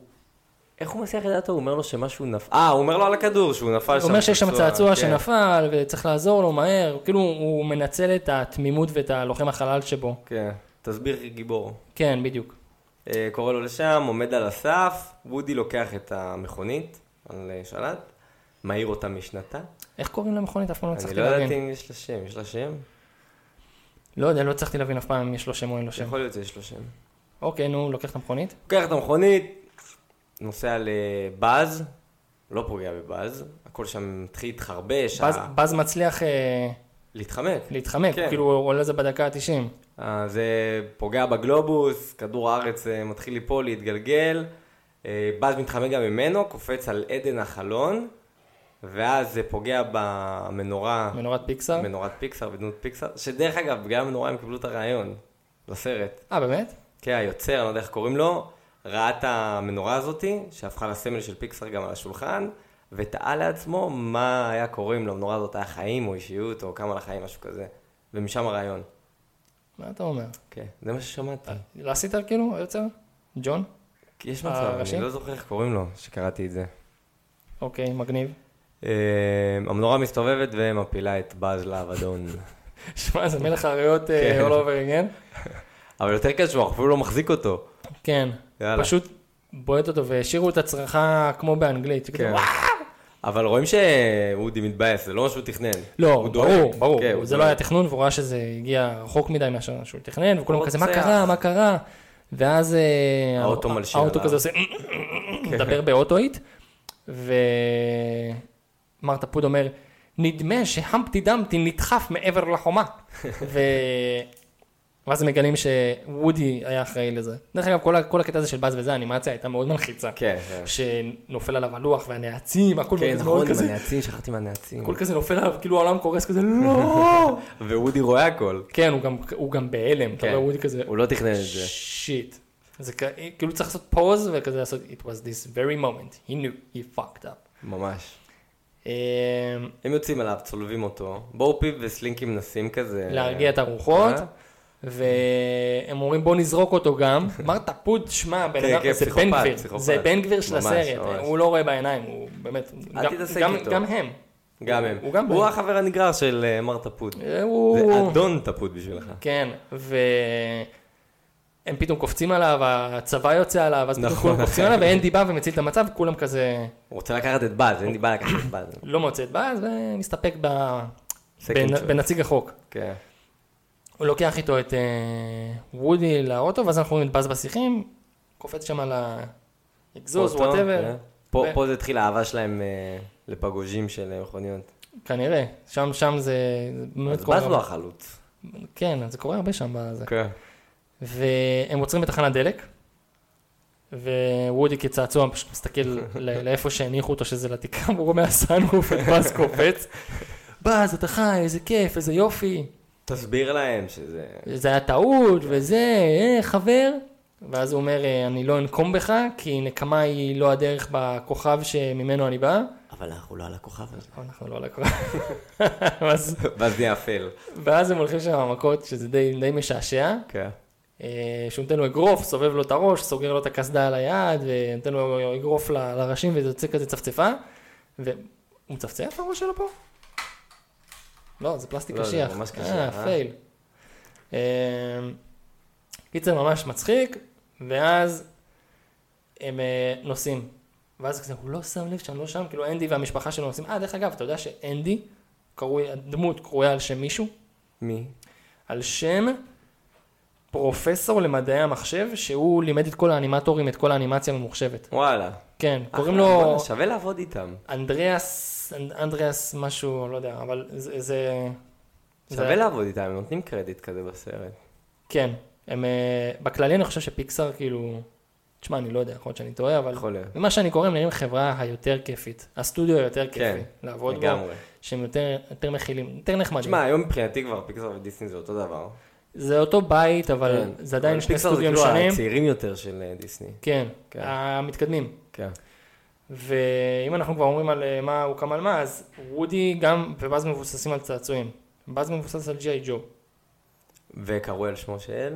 איך הוא מסיח את דעתו? הוא אומר לו שמשהו נפל... אה, הוא אומר לו על הכדור שהוא נפל לא שם.
הוא אומר שיש שם צעצוע
כן.
שנפל וצריך לעזור לו מהר, כאילו הוא מנצל את התמימות ואת הלוחם החלל שבו.
כן, תסביר גיבור.
כן, בדיוק.
אה, קורא לו לשם, עומד על הסף, וודי לוקח את המכונית על אה, שלט, מהיר אותה משנתה.
איך קוראים למכונית? אף פעם לא
אני
הצלחתי
לא ידעתי
להבין.
אם יש לה שם, יש לה שם?
לא יודע, לא הצלחתי להבין אף פעם אם יש לו שם או אין לו שם.
יכול להיות שיש לו שם.
אוקיי, נו, לוקח את המכונית.
לוקח את המכונית, נוסע לבאז, לא פוגע בבאז, הכל שם מתחיל להתחרבש,
באז-
ה-
באז מצליח אה,
להתחמק.
להתחמק,
כן.
כאילו הוא עולה זה בדקה ה-90.
אה, זה פוגע בגלובוס, כדור הארץ אה, מתחיל ליפול, להתגלגל, אה, באז מתחמק גם ממנו, קופץ על עדן החלון, ואז זה פוגע במנורה,
מנורת פיקסאר.
מנורת פיקסאר, בדמות פיקסאר, שדרך אגב, בגלל המנורה הם קיבלו את הרעיון, לסרט.
אה, באמת?
כן, היוצר, אני לא יודע איך קוראים לו, ראה את המנורה הזאתי, שהפכה לסמל של פיקסאר גם על השולחן, ותהה לעצמו מה היה קורה אם למנורה הזאת היה חיים או אישיות או כמה לחיים, משהו כזה. ומשם הרעיון.
מה אתה אומר?
כן, זה מה ששמעתי.
לסיטר כאילו, היוצר? ג'ון?
כי יש מצב,
הראשי?
אני לא זוכר איך קוראים לו, שקראתי את זה.
אוקיי, מגניב.
אה, המנורה מסתובבת ומפילה את באז לאבדון.
שמע, זה מלך האריות אה,
כן.
all over again.
אבל יותר קשה, הוא אפילו לא מחזיק אותו.
כן.
יאללה.
פשוט בועט אותו והשאירו את הצרחה כמו באנגלית. כאילו,
כן. אבל רואים שאודי מתבאס, זה לא מה שהוא תכנן.
לא,
הוא
ברור,
דואג.
ברור,
כן, הוא
זה לא היה
דואג.
תכנון, והוא ראה שזה הגיע רחוק מדי ממה שהוא תכנן, וכולם
הוא
כזה, מה
רוצח."
קרה, מה קרה? ואז אה,
האוטו
הא-
מלשין
האוטו
עליו. כן.
כזה עושה, "אה, מדבר באוטואית, ומרתה פוד אומר, נדמה שהמפטי דמפטי נדחף מעבר לחומה. ו... ואז מגלים שוודי היה אחראי לזה. דרך אגב, כל, ה- כל הקטע הזה של באז וזה, האנימציה הייתה מאוד מלחיצה.
כן, כן.
שנופל עליו הלוח והנעצים, הכל
כן,
מאוד
נכון, עם
כזה,
הנעצים, שכחתי מהנעצים.
הכל כזה נופל עליו, כאילו העולם קורס כזה, לא!
ואודי רואה הכל.
כן, הוא גם, הוא גם בהלם, אתה
כן.
רואה וודי כזה,
הוא לא תכנן את זה.
שיט. זה כ- כאילו צריך לעשות פוז וכזה לעשות, it was this very moment, he knew, he fucked up.
ממש.
אמ,
הם יוצאים אליו, צולבים אותו. בואו פיפ וסלינקי מנסים כזה...
להרגיע את הרוחות,
אה?
והם אומרים בוא נזרוק אותו גם. מרתה פוד, שמע, בן
כן,
אדם,
כן,
זה
פסיכופת,
בן גביר,
פסיכופת.
זה בן גביר של
ממש,
הסרט,
ממש.
הוא לא רואה בעיניים, הוא באמת,
אל
גם-
תתעסק
גם-
איתו.
גם הם.
גם הם.
הוא גם
הוא
בן.
החבר הנגרר של אה, מר תפוד.
אה,
זה
הוא...
אדון תפוד בשבילך.
כן, והם פתאום קופצים עליו, הצבא יוצא עליו, אז פתאום
נכון.
כולם קופצים עליו, ואנדי בא ומציל את המצב, כולם כזה
הוא רוצה לקחת את באז, אין לי בעיה לקחת את באז.
לא מוצא את בעז, ומסתפק ב...
Second
בנ-
choice.
בנציג החוק.
כן.
הוא לוקח איתו את אה, וודי לאוטו, ואז אנחנו רואים את באז בשיחים, קופץ שם על האגזוז,
אותו,
וואטאבר,
כן. פה-
ו-
פה זה התחיל האהבה שלהם אה, לפגוז'ים של אה, מכוניות.
כנראה, שם, שם זה... זה באמת
אז
קורה
באז
הרבה.
לא החלוץ.
כן, זה קורה הרבה שם בזה.
כן.
והם עוצרים בתחנת דלק, ווודי כצעצוע פשוט מסתכל ל- לאיפה שהניחו אותו, שזה לתקרה, והוא רואה מהסאנוף את באז קופץ. באז, אתה חי, איזה כיף, איזה יופי,
תסביר להם שזה...
זה היה טעות, וזה, אה, חבר. ואז הוא אומר, אה, אני לא אנקום בך, כי נקמה היא לא הדרך בכוכב שממנו אני בא.
אבל אנחנו לא על הכוכב הזה.
אבל אנחנו לא על הכוכב. ואז-
ואז נהיה אפל.
ואז הם הולכים שם מכות, שזה די די משעשע.
כן.
אה, שהוא נותן לו אגרוף, סובב לו את הראש, סוגר לו את הקסדה על היד, ונותן לו אגרוף ל- לראשים, וזה יוצא כזה צפצפה. והוא מצפצף הראש שלו פה? לא, זה פלסטיק
לא, זה
קשיח.
ממש קשיח,
אה,
אה?
פייל. אה, קיצר, ממש מצחיק, ואז הם אה, נוסעים. ואז כזה, הוא לא שם לב שאני לא שם, כאילו אנדי והמשפחה שלו נוסעים. אה, דרך אגב, אתה יודע שאנדי, קרוי, הדמות קרויה על שם מישהו?
מי?
על שם פרופסור למדעי המחשב, שהוא לימד את כל האנימטורים, את כל האנימציה הממוחשבת.
וואלה.
כן, קוראים
אחלה,
לו
בואנה, שווה לעבוד איתם.
אנדריאס, אנ- אנדריאס משהו, לא יודע, אבל זה... זה...
שווה לעבוד איתם, הם נותנים קרדיט כזה בסרט.
כן, הם... אה, בכללי אני חושב שפיקסאר כאילו... תשמע, אני לא יודע, יכול להיות שאני טועה, אבל...
יכול להיות.
ממה שאני קורא, הם נראים חברה היותר כיפית. הסטודיו היותר כיפי. לעבוד בו.
כן, לגמרי.
שהם יותר, יותר מכילים, יותר נחמדים.
תשמע, היום מבחינתי כבר פיקסאר ודיסני זה אותו דבר.
זה אותו בית, אבל
כן.
זה עדיין
אבל
שני
פיקסאר
סטודיו
זה כאילו
שונים.
הצעירים יותר של אה, דיסני.
כן,
כן.
המתקדמים.
כן.
ואם אנחנו כבר אומרים על אה, מה הוקם על מה, אז וודי גם ובאז מבוססים על צעצועים. באז מבוסס על ג'י ג'ו.
וקראו על שמו של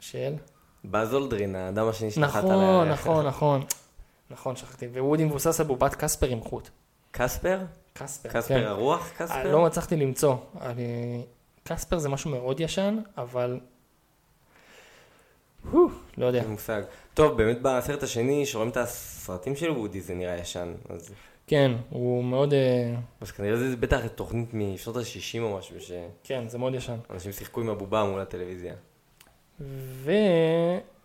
של?
בזולדרין, האדם השני שנחת עליה.
נכון, נכון, נכון. נכון, שכחתי. וודי מבוסס על בובת קספר עם חוט.
קספר?
קספר, כן.
קספר הרוח?
אה,
קספר?
לא מצליחתי למצוא. אני... קספר זה משהו מאוד ישן, אבל... הו, לא יודע.
אין לי מושג. טוב, באמת בסרט השני, שרואים את הסרטים של וודי, זה נראה ישן. אז
כן, הוא מאוד... אה,
אז כנראה זה בטח תוכנית משנות ה-60 או משהו, שאנשים
כן, זה מאוד ישן.
שיחקו עם הבובה מול הטלוויזיה.
ו...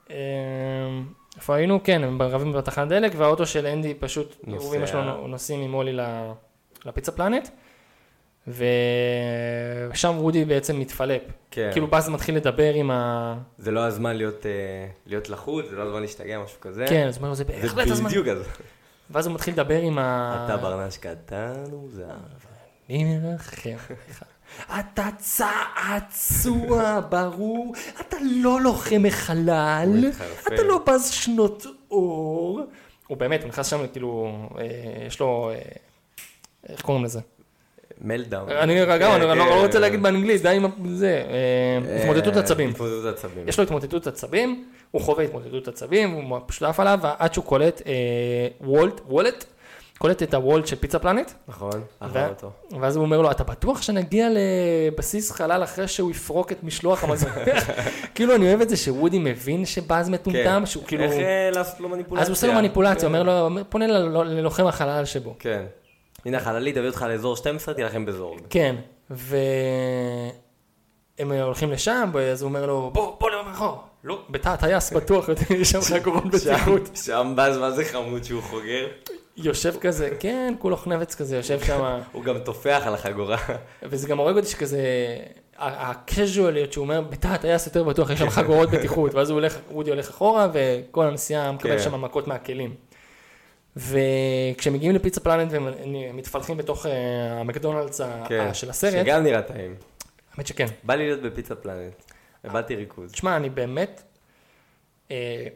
אמ, איפה היינו? כן, הם רבים בתחנת דלק, והאוטו של אנדי פשוט,
נוסע.
הוא ואמא שלו נוסעים עם מולי ל- לפיצה פלנט, ושם רודי בעצם מתפלפ.
כן.
כאילו באז מתחיל לדבר עם ה...
זה לא הזמן להיות, אה, להיות לחוץ, זה לא הזמן להשתגע, משהו כזה.
כן, אז הוא אומר לו, זה
זה
בהחלט הזמן. אה.
בדיוק אז.
ואז הוא מתחיל לדבר עם ה...
אתה ברנש קטן ומוזר.
אני מרחם עליך. אתה צעצוע, ברור, אתה לא לוחם מחלל,
הוא התחרפן.
אתה לא בז שנות אור. הוא באמת, הוא נכנס שם, כאילו, אה, יש לו, אה, איך קוראים לזה?
מלדאון.
אני גם,
כן,
אני לא-
כן.
לא רוצה להגיד באנגלית, די עם ה- זה, אה,
אה,
התמודדות עצבים.
התמודדות עצבים.
יש לו התמוטטות עצבים, הוא חווה התמוטטות עצבים, הוא פשוט עף עליו, עד שהוא קולט אה, וולט, וולט, קולט את הוולט של פיצה פלנט,
נכון,
ו-
אהבה אותו.
ואז הוא אומר לו, אתה בטוח שנגיע לבסיס חלל אחרי שהוא יפרוק את משלוח המזמח? כאילו, אני אוהב את זה שוודי מבין שבאז מטומטם,
כן.
שהוא כאילו...
איך אה, לעשות לו מניפולציה?
אז הוא עושה לו מניפולציה, אומר לו, אומר- פונה ל- ללוחם החלל שבו.
כן. הנה החללית, תביא אותך לאזור 12, תילחם בזורג.
כן, והם הולכים לשם, אז הוא אומר לו, בוא, בוא למחור. לא, בתא הטייס בטוח, יש שם חגורות בטיחות.
שם בז, מה זה חמוד שהוא חוגר?
יושב כזה, כן, כולו חנבץ כזה, יושב שם,
הוא גם טופח על החגורה.
וזה גם הורג אותי שכזה, ה- הקז'ואליות שהוא אומר, בתא הטייס יותר בטוח, יש שם חגורות בטיחות, ואז הוא הולך, רודי הולך אחורה, וכל הנסיעה מקבל
כן.
שם מכות מהכלים. וכשמגיעים לפיצה פלנט והם הם מתפלחים בתוך אה, המקדונלדס ה-
כן.
ה- אה, של הסרט,
שגם נראה טעים.
האמת שכן.
בא לי להיות בפיצה פלנט. איבדתי ריכוז.
תשמע, אני באמת אה,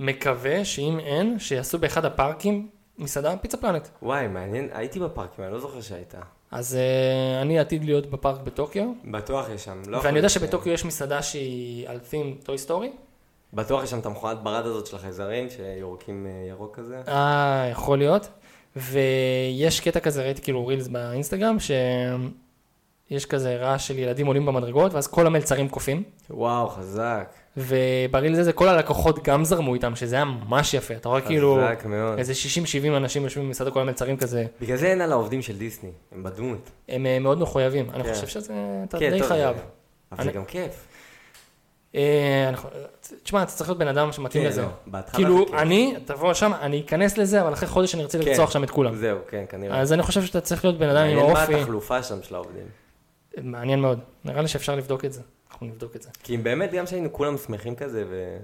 מקווה שאם אין, שיעשו באחד הפארקים מסעדה פיצה פלנט.
וואי, מעניין, הייתי בפארקים, אני לא זוכר שהייתה.
אז אה, אני עתיד להיות בפארק בטוקיו,
בטוח יש שם, לא יכול
ואני יודע
להיות
שבטוקיו יש מסעדה שהיא על פים טוי סטורי.
בטוח יש שם את המכונת ברד הזאת של החייזרים, שיורקים אה, ירוק כזה.
אה, יכול להיות. ויש קטע כזה, ראיתי כאילו רילס באינסטגרם, שיש כזה רעש של ילדים עולים במדרגות, ואז כל המלצרים קופים.
וואו, חזק.
וברילס הזה כל הלקוחות גם זרמו איתם, שזה היה ממש יפה. אתה רואה כאילו
חזק מאוד.
איזה 60-70 אנשים יושבים במסעד כל המלצרים כזה.
בגלל זה אין על העובדים של דיסני, הם בדמות.
הם אה, מאוד מחויבים. אני
כן.
חושב שזה, אתה
כן,
די
טוב,
חייב.
זה- אבל זה
אני-
גם כיף.
אה, אנחנו- תשמע, אתה צריך להיות בן אדם שמתאים
כן,
לזה.
לא, בהתחלה זה
כאילו,
כיף.
אני, תבוא שם, אני אכנס לזה, אבל אחרי חודש אני ארצה
כן.
לרצוח שם את כולם.
זהו, כן, כנראה.
אז אני חושב שאתה צריך להיות בן אדם עם
מעניין מה
אופי.
התחלופה שם של העובדים.
מעניין מאוד. נראה לי שאפשר לבדוק את זה. אנחנו נבדוק את זה.
כי אם באמת, גם שהיינו כולם שמחים כזה, ו...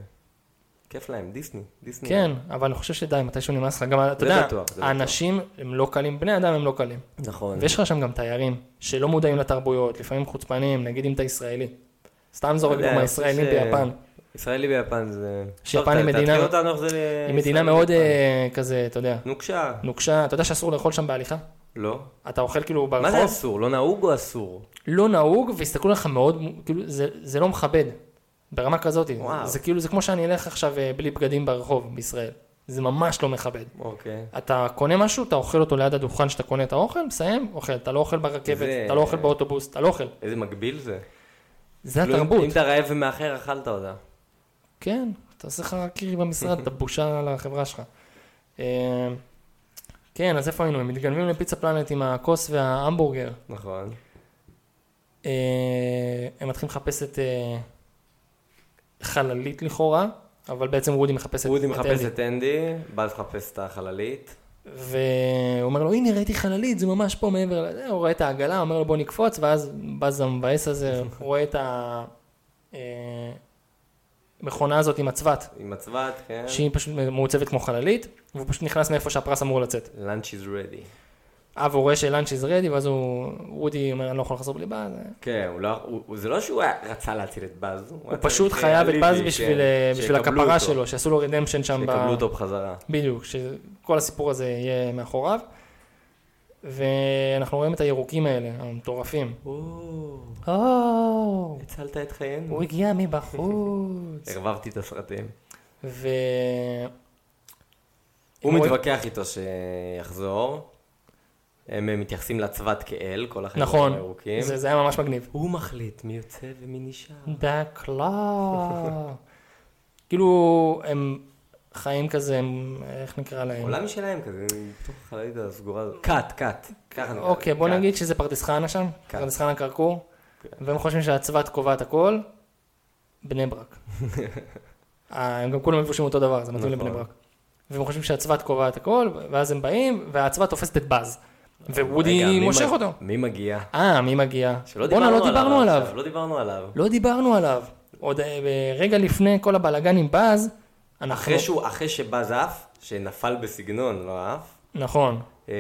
כיף להם, דיסני, דיסני.
כן, אבל אני חושב שדי, מתישהו נמאס לך. גם, אתה
זה
יודע,
בטוח, זה בטוח.
האנשים הם לא קלים, בני אדם הם לא קלים.
נכון.
ויש לך שם גם תיירים שלא מודעים לתרבויות, לפעמים חוצפנים, נגיד אם אתה ישראלי. סתם זורק
יודע,
דוגמה,
אני חושב
ישראלים
ש- כן,
ביפן.
ישראלי ביפן זה...
שיפן
טוב,
היא
ת-
מדינה-
תעדכן אותנו איך זה ל-
היא מדינה
ישראלי
מאוד
ביפן.
אה, כזה, אתה יודע,
נוקשה.
נוקשה. אתה יודע שאסור לאכול שם בהליכה?
לא.
אתה אוכל כאילו
מה זה
ברחוב,
אסור? לא נהוג או אסור?
לא נהוג, והסתכלו עליך מאוד, כאילו, זה, זה לא מכבד, ברמה כזאת.
וואו.
זה כאילו, זה כמו שאני אלך עכשיו אה, בלי בגדים ברחוב בישראל. זה ממש לא מכבד.
אוקיי.
אתה קונה משהו, אתה אוכל אותו ליד הדוכן שאתה קונה את האוכל, מסיים, אוכל. אתה לא אוכל ברכבת,
זה-
אתה לא אוכל באוטובוס, אתה לא אוכל.
איזה מגביל זה.
זה
כאילו, אם-
התרבות.
אם אתה רעב ומאחר, אכלת אותה.
כן, אתה עושה לך קרי במשרד, אתה בושה לחברה שלך. אה, כן, אז איפה היינו? הם מתגנבים לפיצה פלנט עם הכוס וההמבורגר.
נכון.
אה, הם מתחילים לחפש את אה, חללית לכאורה, אבל בעצם רודי מחפש את
אודי
את
מחפש
אלי.
את אנדי, באז מחפש את החללית.
והוא אומר לו, הנה ראיתי חללית, זה ממש פה מעבר לזה, הוא רואה את העגלה, אומר לו בוא נקפוץ, ואז באז המבאס הזה רואה את המכונה הזאת עם הצבת,
עם הצוות, כן.
שהיא פשוט מעוצבת כמו חללית, והוא פשוט נכנס מאיפה שהפרס אמור לצאת.
lunch is ready.
אה, והוא רואה שלאנץ' is ready, ואז הוא, רודי אומר, אני לא יכול לחזור בלי באז.
כן, הוא לא, הוא, הוא- זה לא שהוא היה- רצה להציל את אה, באז.
הוא פשוט חייב את באז בשביל אה, בשביל הכפרה שלו, שיעשו לו רדמפשן שם. ב-
שיקבלו אותו בחזרה.
בדיוק, שכל הסיפור הזה יהיה מאחוריו. ואנחנו רואים את הירוקים האלה, המטורפים. או,
הצלת את חיינו.
הוא הגיע מבחוץ.
ערבבתי את הסרטים.
ו...
הוא
הם רואים-
מתווכח איתו שיחזור. הם אה, מתייחסים לצוות כאל, כל החיים
נכון,
הירוקים.
זה, כן. זה היה ממש מגניב.
הוא מחליט מי יוצא ומי נשאר.
דקלה. כאילו, הם חיים כזה, הם- איך נקרא להם?
עולם משלהם כזה, בתוך החללית הסגורה הזאת. קאט, קאט. ככה נקרא.
אוקיי, בוא
קאט.
נגיד שזה פרדס חנה שם,
כן.
פרדס חנה כרכור, והם חושבים שהצבת קובעת הכל, בני ברק. אה, הם גם כולם לבושים אותו דבר, זה מתאים
נכון.
לבני ברק. והם חושבים שהצבת קובעת הכל, ואז הם באים, והצבת תופסת את באז.
רגע,
ווודי
מי
מושך
מג-
אותו.
מי מגיע?
אה, מי מגיע?
שלא
בואנה, לא דיברנו עליו.
עכשיו, לא דיברנו עליו.
לא דיברנו עליו. עוד אה, רגע לפני כל הבלאגן עם באז, אנחנו...
אחרי שהוא, אחרי שבאז עף, שנפל בסגנון, לא עף,
נכון.
אה,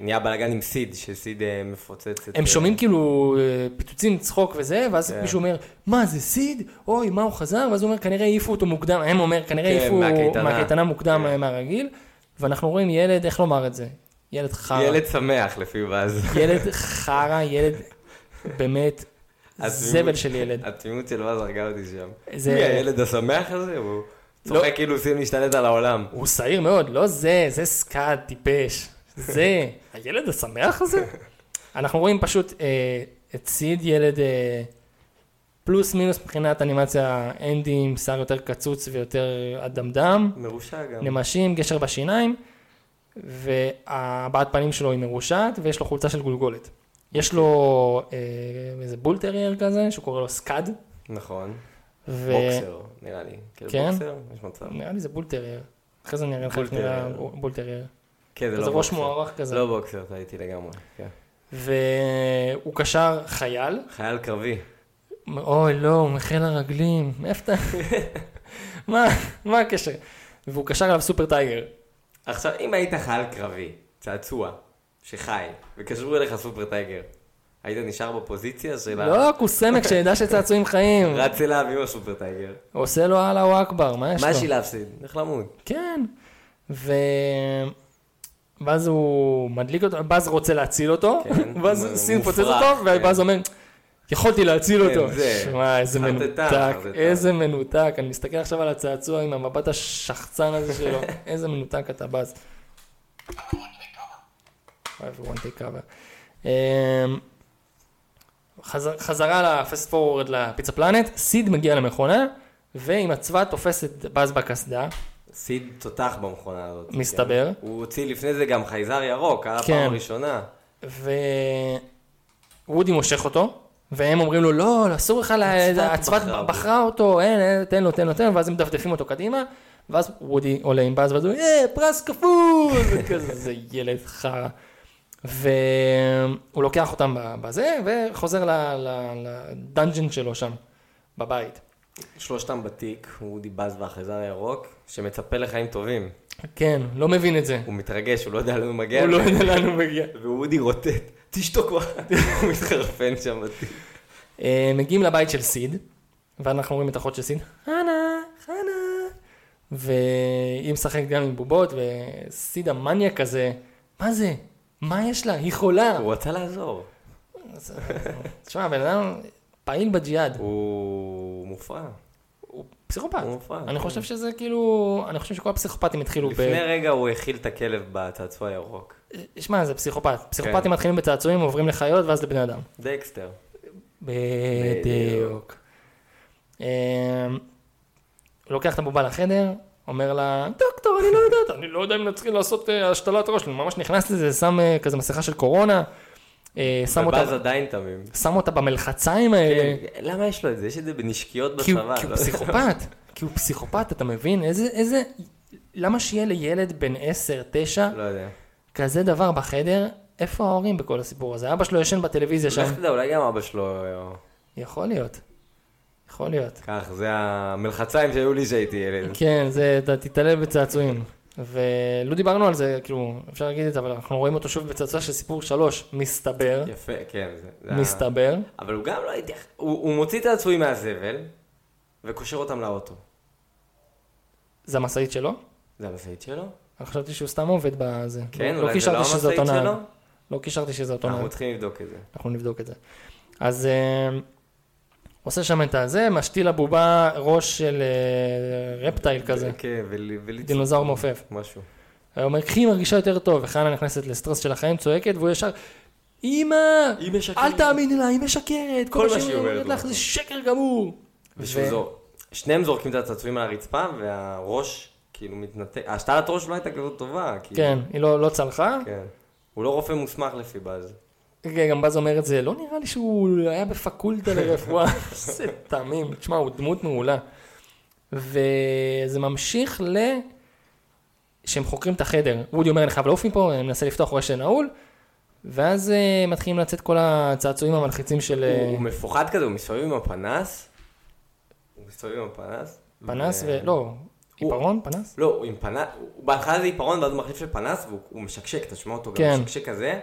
נהיה בלאגן עם סיד, שסיד אה, מפוצץ את...
הם
אה,
שומעים כאילו אה, פיצוצים, צחוק וזה, ואז
כן.
מישהו אומר, מה זה סיד? אוי, מה הוא חזר? ואז הוא אומר, כנראה העיפו אותו מוקדם, הם אומר, כנראה
כן,
העיפו
מהקייטנה." כן.
מהקייטנה מוקדם אה, מהרגיל, ואנחנו רואים ילד, איך לומר את זה? ילד חרא.
ילד שמח לפי באז.
ילד חרא, ילד באמת זבל של ילד.
התמימות של באז הרגה אותי שם.
זה- לא.
מי הילד השמח הזה? הוא צוחק כאילו סין להשתלט על העולם.
הוא שעיר מאוד, לא זה, זה סקאד טיפש. זה, הילד השמח הזה? אנחנו רואים פשוט אה, את סיד ילד אה, פלוס מינוס מבחינת אנימציה אנדי עם שיער יותר קצוץ ויותר אדמדם,
מרושע גם.
נמשים, גשר בשיניים, והבעת פנים שלו היא מרושעת ויש לו חולצה של גולגולת. יש לו אה, איזה בולטרייר כזה שהוא קורא לו סקאד.
נכון.
ו-
בוקסר, נראה לי. כאילו
כן?
בוקסר? יש מצב.
נראה לי זה בולטרייר. אחרי זה אני אראה לך איך נראה
בולטרייר.
בולטרייר.
כן, זה לא
זה
בוקסר.
ראש מוערך כזה.
לא בוקסר, טעיתי לגמרי. כן.
והוא קשר חייל.
חייל קרבי.
אוי, לא, הוא מחיל הרגלים. מאיפה אתה... מה, מה הקשר? והוא קשר עליו סופר טייגר.
עכשיו, אם היית חייל קרבי, צעצוע, שחי, וקשרו אליך סופר טייגר, היית נשאר בפוזיציה של ה...
לא, קוסמק שידע שצעצועים חיים.
רץ אליו עם הסופר טייגר.
עושה לו אללה הוא אכבר, מה יש
מה
לו?
יש לי להפסיד? לך למות.
כן. ו... ואז הוא מדליק אותו, באז רוצה להציל אותו,
כן,
ואז
הוא
סין פוצץ
מופרך,
אותו,
כן.
ובאז אומר, יכולתי להציל
כן,
אותו.
זה.
שמע, איזה
חרטטן,
מנותק,
חרטטן.
איזה מנותק. אני מסתכל עכשיו על הצעצוע עם המבט השחצן הזה שלו, איזה מנותק אתה באז. Everyone take cover. אמ, חזר- חזרה לפסט פורוורד לפיצה פלנט, סיד מגיע למכונה, ועם הצוות תופס את באז בקסדה,
סיד תותח במכונה הזאת. כן.
מסתבר.
הוא הוציא לפני זה גם חייזר ירוק, אה, היה
כן.
הפעם הראשונה.
וודי מושך אותו, והם אומרים לו, לא, לא, אסור לך, לה-
הצבת
הצבת
בחרה בו."
בחרה אותו, אין, אין, תן לו, תן לו, תן לו, ואז הם מדפדפים אותו קדימה, ואז וודי עולה עם באז, ואז הוא, אה, פרס כפול, זה כזה זה ילד חרא. והוא לוקח אותם ב- בזה, וחוזר ל- ל- לדאנג'ן שלו שם, בבית.
שלושתם בתיק, אודי באז והחייזר הירוק, שמצפה לחיים טובים.
כן, לא מבין את זה.
הוא מתרגש, הוא לא יודע לאן הוא מגיע.
הוא לא יודע לאן הוא מגיע.
ואודי רוטט, תשתוק כבר, הוא מתחרפן שם בתיק.
אה, מגיעים לבית של סיד, ואנחנו רואים את אחות של סיד, חנה, חנה. והיא משחקת גם עם בובות, וסיד המאניה כזה, מה זה? מה יש לה? היא חולה.
הוא רצה לעזור.
אז- תשמע, הבן אדם פעיל בג'יהאד,
הוא מופרע.
הוא פסיכופת.
הוא מופרע,
אני
כן.
חושב שזה כאילו, אני חושב שכל הפסיכופטים התחילו
לפני רגע הוא האכיל את הכלב בצעצוע הירוק.
ב... שמע, זה פסיכופת.
כן.
פסיכופטים מתחילים בצעצועים, עוברים לחיות, ואז לבני אדם.
דקסטר.
בדיוק. אמ, הוא לוקח את הבובה לחדר, אומר לה, דוקטור, אני לא יודעת, אני לא יודע אם נצליח לעשות אה, השתלת ראש, אני ממש נכנס לזה, שם אה, כזה מסכה של קורונה, אה, שם אותה-
ובאז עדיין תמים.
שם אותה במלחציים האלה,
כן, למה יש לו את זה? יש את זה בנשקיות
כי הוא
בצבא.
כי הוא
לא?
פסיכופת, כי הוא פסיכופת, אתה מבין? איזה, איזה, למה שיהיה לילד בן 10, 9,
לא יודע.
כזה דבר בחדר? איפה ההורים בכל הסיפור הזה? אבא שלו ישן בטלוויזיה שם.
לך תדע, אולי גם אבא שלו... אה,
יכול להיות, יכול להיות.
כך, זה המלחציים שהיו לי כשהייתי ילד.
כן, זה, אתה תתעלל בצעצועים. ולא דיברנו על זה, כאילו, אפשר להגיד את זה, אבל אנחנו רואים אותו שוב בצעצוע של סיפור שלוש, מסתבר,
יפה, כן. זה- זה ה-
מסתבר,
אבל הוא גם לא הייתי... הוא הוא מוציא את הצעצועים מהזבל, וקושר אותם לאוטו.
זה המשאית שלו.
זה המשאית שלו?
אני חשבתי שהוא סתם עובד בזה.
כן,
לא
אולי זה לא
קישרתי שזה
המשאית
אותו נהג.
שלו?
לא קישרתי שזה אותו נהג,
אנחנו צריכים לבדוק את זה.
אנחנו נבדוק את זה. אז אה, עושה שם את הזה, משתיל לבובה ראש של אה, רפטייל כזה,
כן, ול- וליצור.
דינוזאור מעופף.
משהו.
הוא אומר, קחי מרגישה יותר טוב, וחנה נכנסת לסטרס של החיים, צועקת, והוא ישר, אמא,
היא משקרת."
אל תאמיני לה, היא משקרת,
כל מה שהיא אומרת
לך
לו.
זה שקר גמור.
ושהוא
ו-
זור... שניהם זורקים את הצעצועים על הרצפה, והראש כאילו מתנתק. השתלת ראש לא הייתה כזאת טובה. כאילו.
כן, היא לא לא צלחה.
כן. הוא לא רופא מוסמך לפי באז.
כן, גם באז אומר את זה, לא נראה לי שהוא היה בפקולטה לרפואה. איזה תמים. תשמע, הוא דמות מעולה. וזה ממשיך ל... שהם חוקרים את החדר. וודי אומר, אני חייב לעוף מפה, אני מנסה לפתוח, רואה שנעול, ואז אה, מתחילים לצאת כל הצעצועים המלחיצים של אה,
הוא מפוחד כזה, הוא מסתובב עם הפנס. הוא מסתובב עם הפנס.
פנס,
ו-
ו... לא, עיפרון, פנס?
לא, הוא עם פנס, הוא בהתחלה זה עיפרון ואז הוא מחליף של פנס והוא הוא משקשק, אתה שומע אותו גם
כן.
משקשק כזה,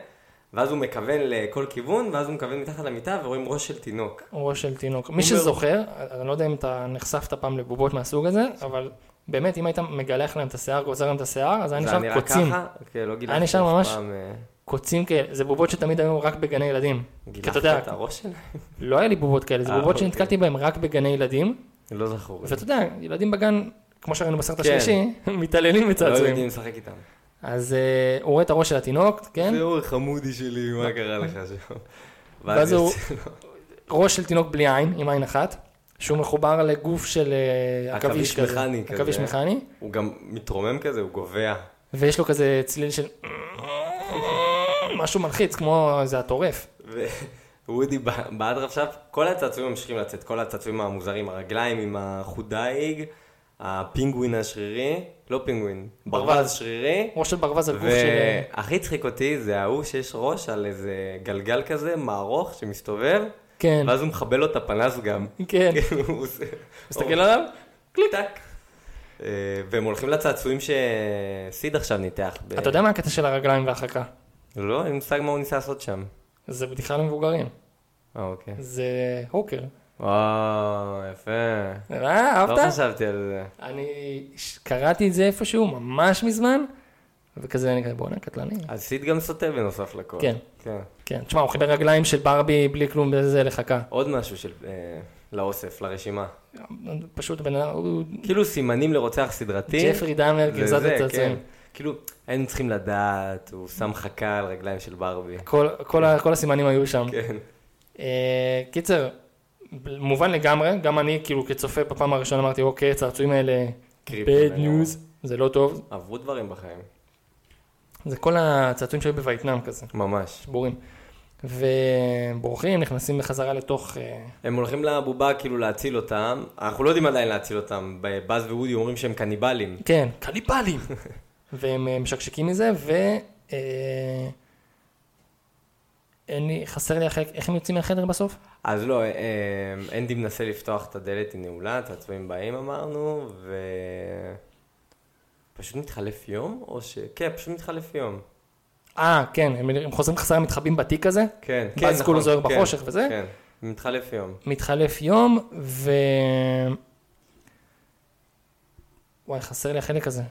ואז הוא מכוון לכל כיוון, ואז הוא מכוון מתחת למיטה ורואים ראש של תינוק.
ראש של תינוק. מי
אומר-
שזוכר, אני לא יודע אם אתה נחשפת פעם לבובות מהסוג הזה, אבל באמת, אם היית מגלח להם את השיער, גוזר להם את השיער, אז היה
זה היה
נשאר
נראה
קוצים.
ככה? אוקיי, לא גילחתי
היה נשאר
אף
ממש-
פעם, אה,
קוצים כאלה, זה בובות שתמיד היו רק בגני ילדים. כי אתה
גילחת
יודע,
את הראש שלהם?
לא היה לי בובות כאלה, זה
אה,
בובות
אוקיי.
שנתקלתי בהן רק בגני ילדים,
לא זכור. לי.
ואתה יודע, ילדים בגן, כמו שראינו בסרט
כן.
השלישי, מתעללים
לא
בצעצועים.
יודעים לשחק איתם.
אז אה, הוא רואה את הראש של התינוק, כן?
זהו חמודי שלי, מה קרה לך שם?
ואז הוא-
יוצא לו-
ראש של תינוק בלי עין, עם עין אחת, שהוא מחובר לגוף של אה,
עכביש
עכביש כזה.
מכני כזה.
עכביש מכני,
הוא גם מתרומם כזה, הוא גובע.
ויש לו כזה צליל של... משהו מלחיץ, כמו זה הטורף.
וודי באדרף עכשיו, כל הצעצועים ממשיכים לצאת, כל הצעצועים המוזרים, הרגליים עם החודאיג, הפינגווין השרירי, לא פינגווין, ברווז שרירי,
ראש של ברווז על גוף של...
והכי הצחיק אותי זה ההוא שיש ראש על איזה גלגל כזה, מערוך, שמסתובב,
כן,
ואז הוא מחבל לו את הפנס גם.
כן.
הוא עושה-
מסתכל עליו?
קליק. טק. אה, והם הולכים לצעצועים שסיד עכשיו ניתח. ב-
אתה יודע מה הקטע של הרגליים והחכה?
לא, אין לי מושג מה הוא ניסה לעשות שם.
זה בדיחה למבוגרים.
אה, אוקיי.
זה הוקר.
וואו, יפה.
אה,
לא
אהבת?
חשבתי על זה.
אני ש- קראתי את זה איפשהו ממש מזמן, וכזה אני כזה בואנה קטלני.
אז סיד גם סוטה בנוסף לכל.
כן.
כן.
כן, תשמע, הוא חיבר רגליים של ברבי בלי כלום בזה לחכה.
עוד משהו של... אה, לאוסף, לרשימה.
פשוט בן אדם, הוא
כאילו סימנים לרוצח סדרתי.
ג'פרי דאמר,
זה
גרזת
זה,
הצעצועים.
כן. כאילו, היינו צריכים לדעת, הוא שם חכה על רגליים של ברבי.
כל, כל, ה- כל הסימנים היו שם.
כן.
אה, קיצר, ב- מובן לגמרי, גם אני כאילו כצופה בפעם הראשונה אמרתי, אוקיי, הצעצועים האלה,
קריפים,
bad
אני
news, זה לא טוב.
עברו דברים בחיים.
זה כל הצעצועים שהיו בווייטנאם כזה,
ממש.
שבורים. ובורחים, נכנסים בחזרה לתוך... אה,
הם הולכים לבובה כאילו להציל אותם, אנחנו לא יודעים עדיין להציל אותם, ב- באז ווודי אומרים שהם קניבלים.
כן, קניבלים. והם אה, משקשקים מזה, ו... אה, אין לי, חסר לי החלק, איך הם יוצאים מהחדר בסוף?
אז לא, אה, אה, אנדי מנסה לפתוח את הדלת, היא נעולה, הצעצועים באים אמרנו, ו... פשוט מתחלף יום? או ש... כן, פשוט מתחלף יום.
אה, כן, הם, הם חוזרים חסרה, מתחבאים בתיק הזה,
כן, כן,
ואז כולו זוהר
כן,
בחושך וזה?
כן, מתחלף יום.
מתחלף יום, ו... וואי, חסר לי החלק הזה.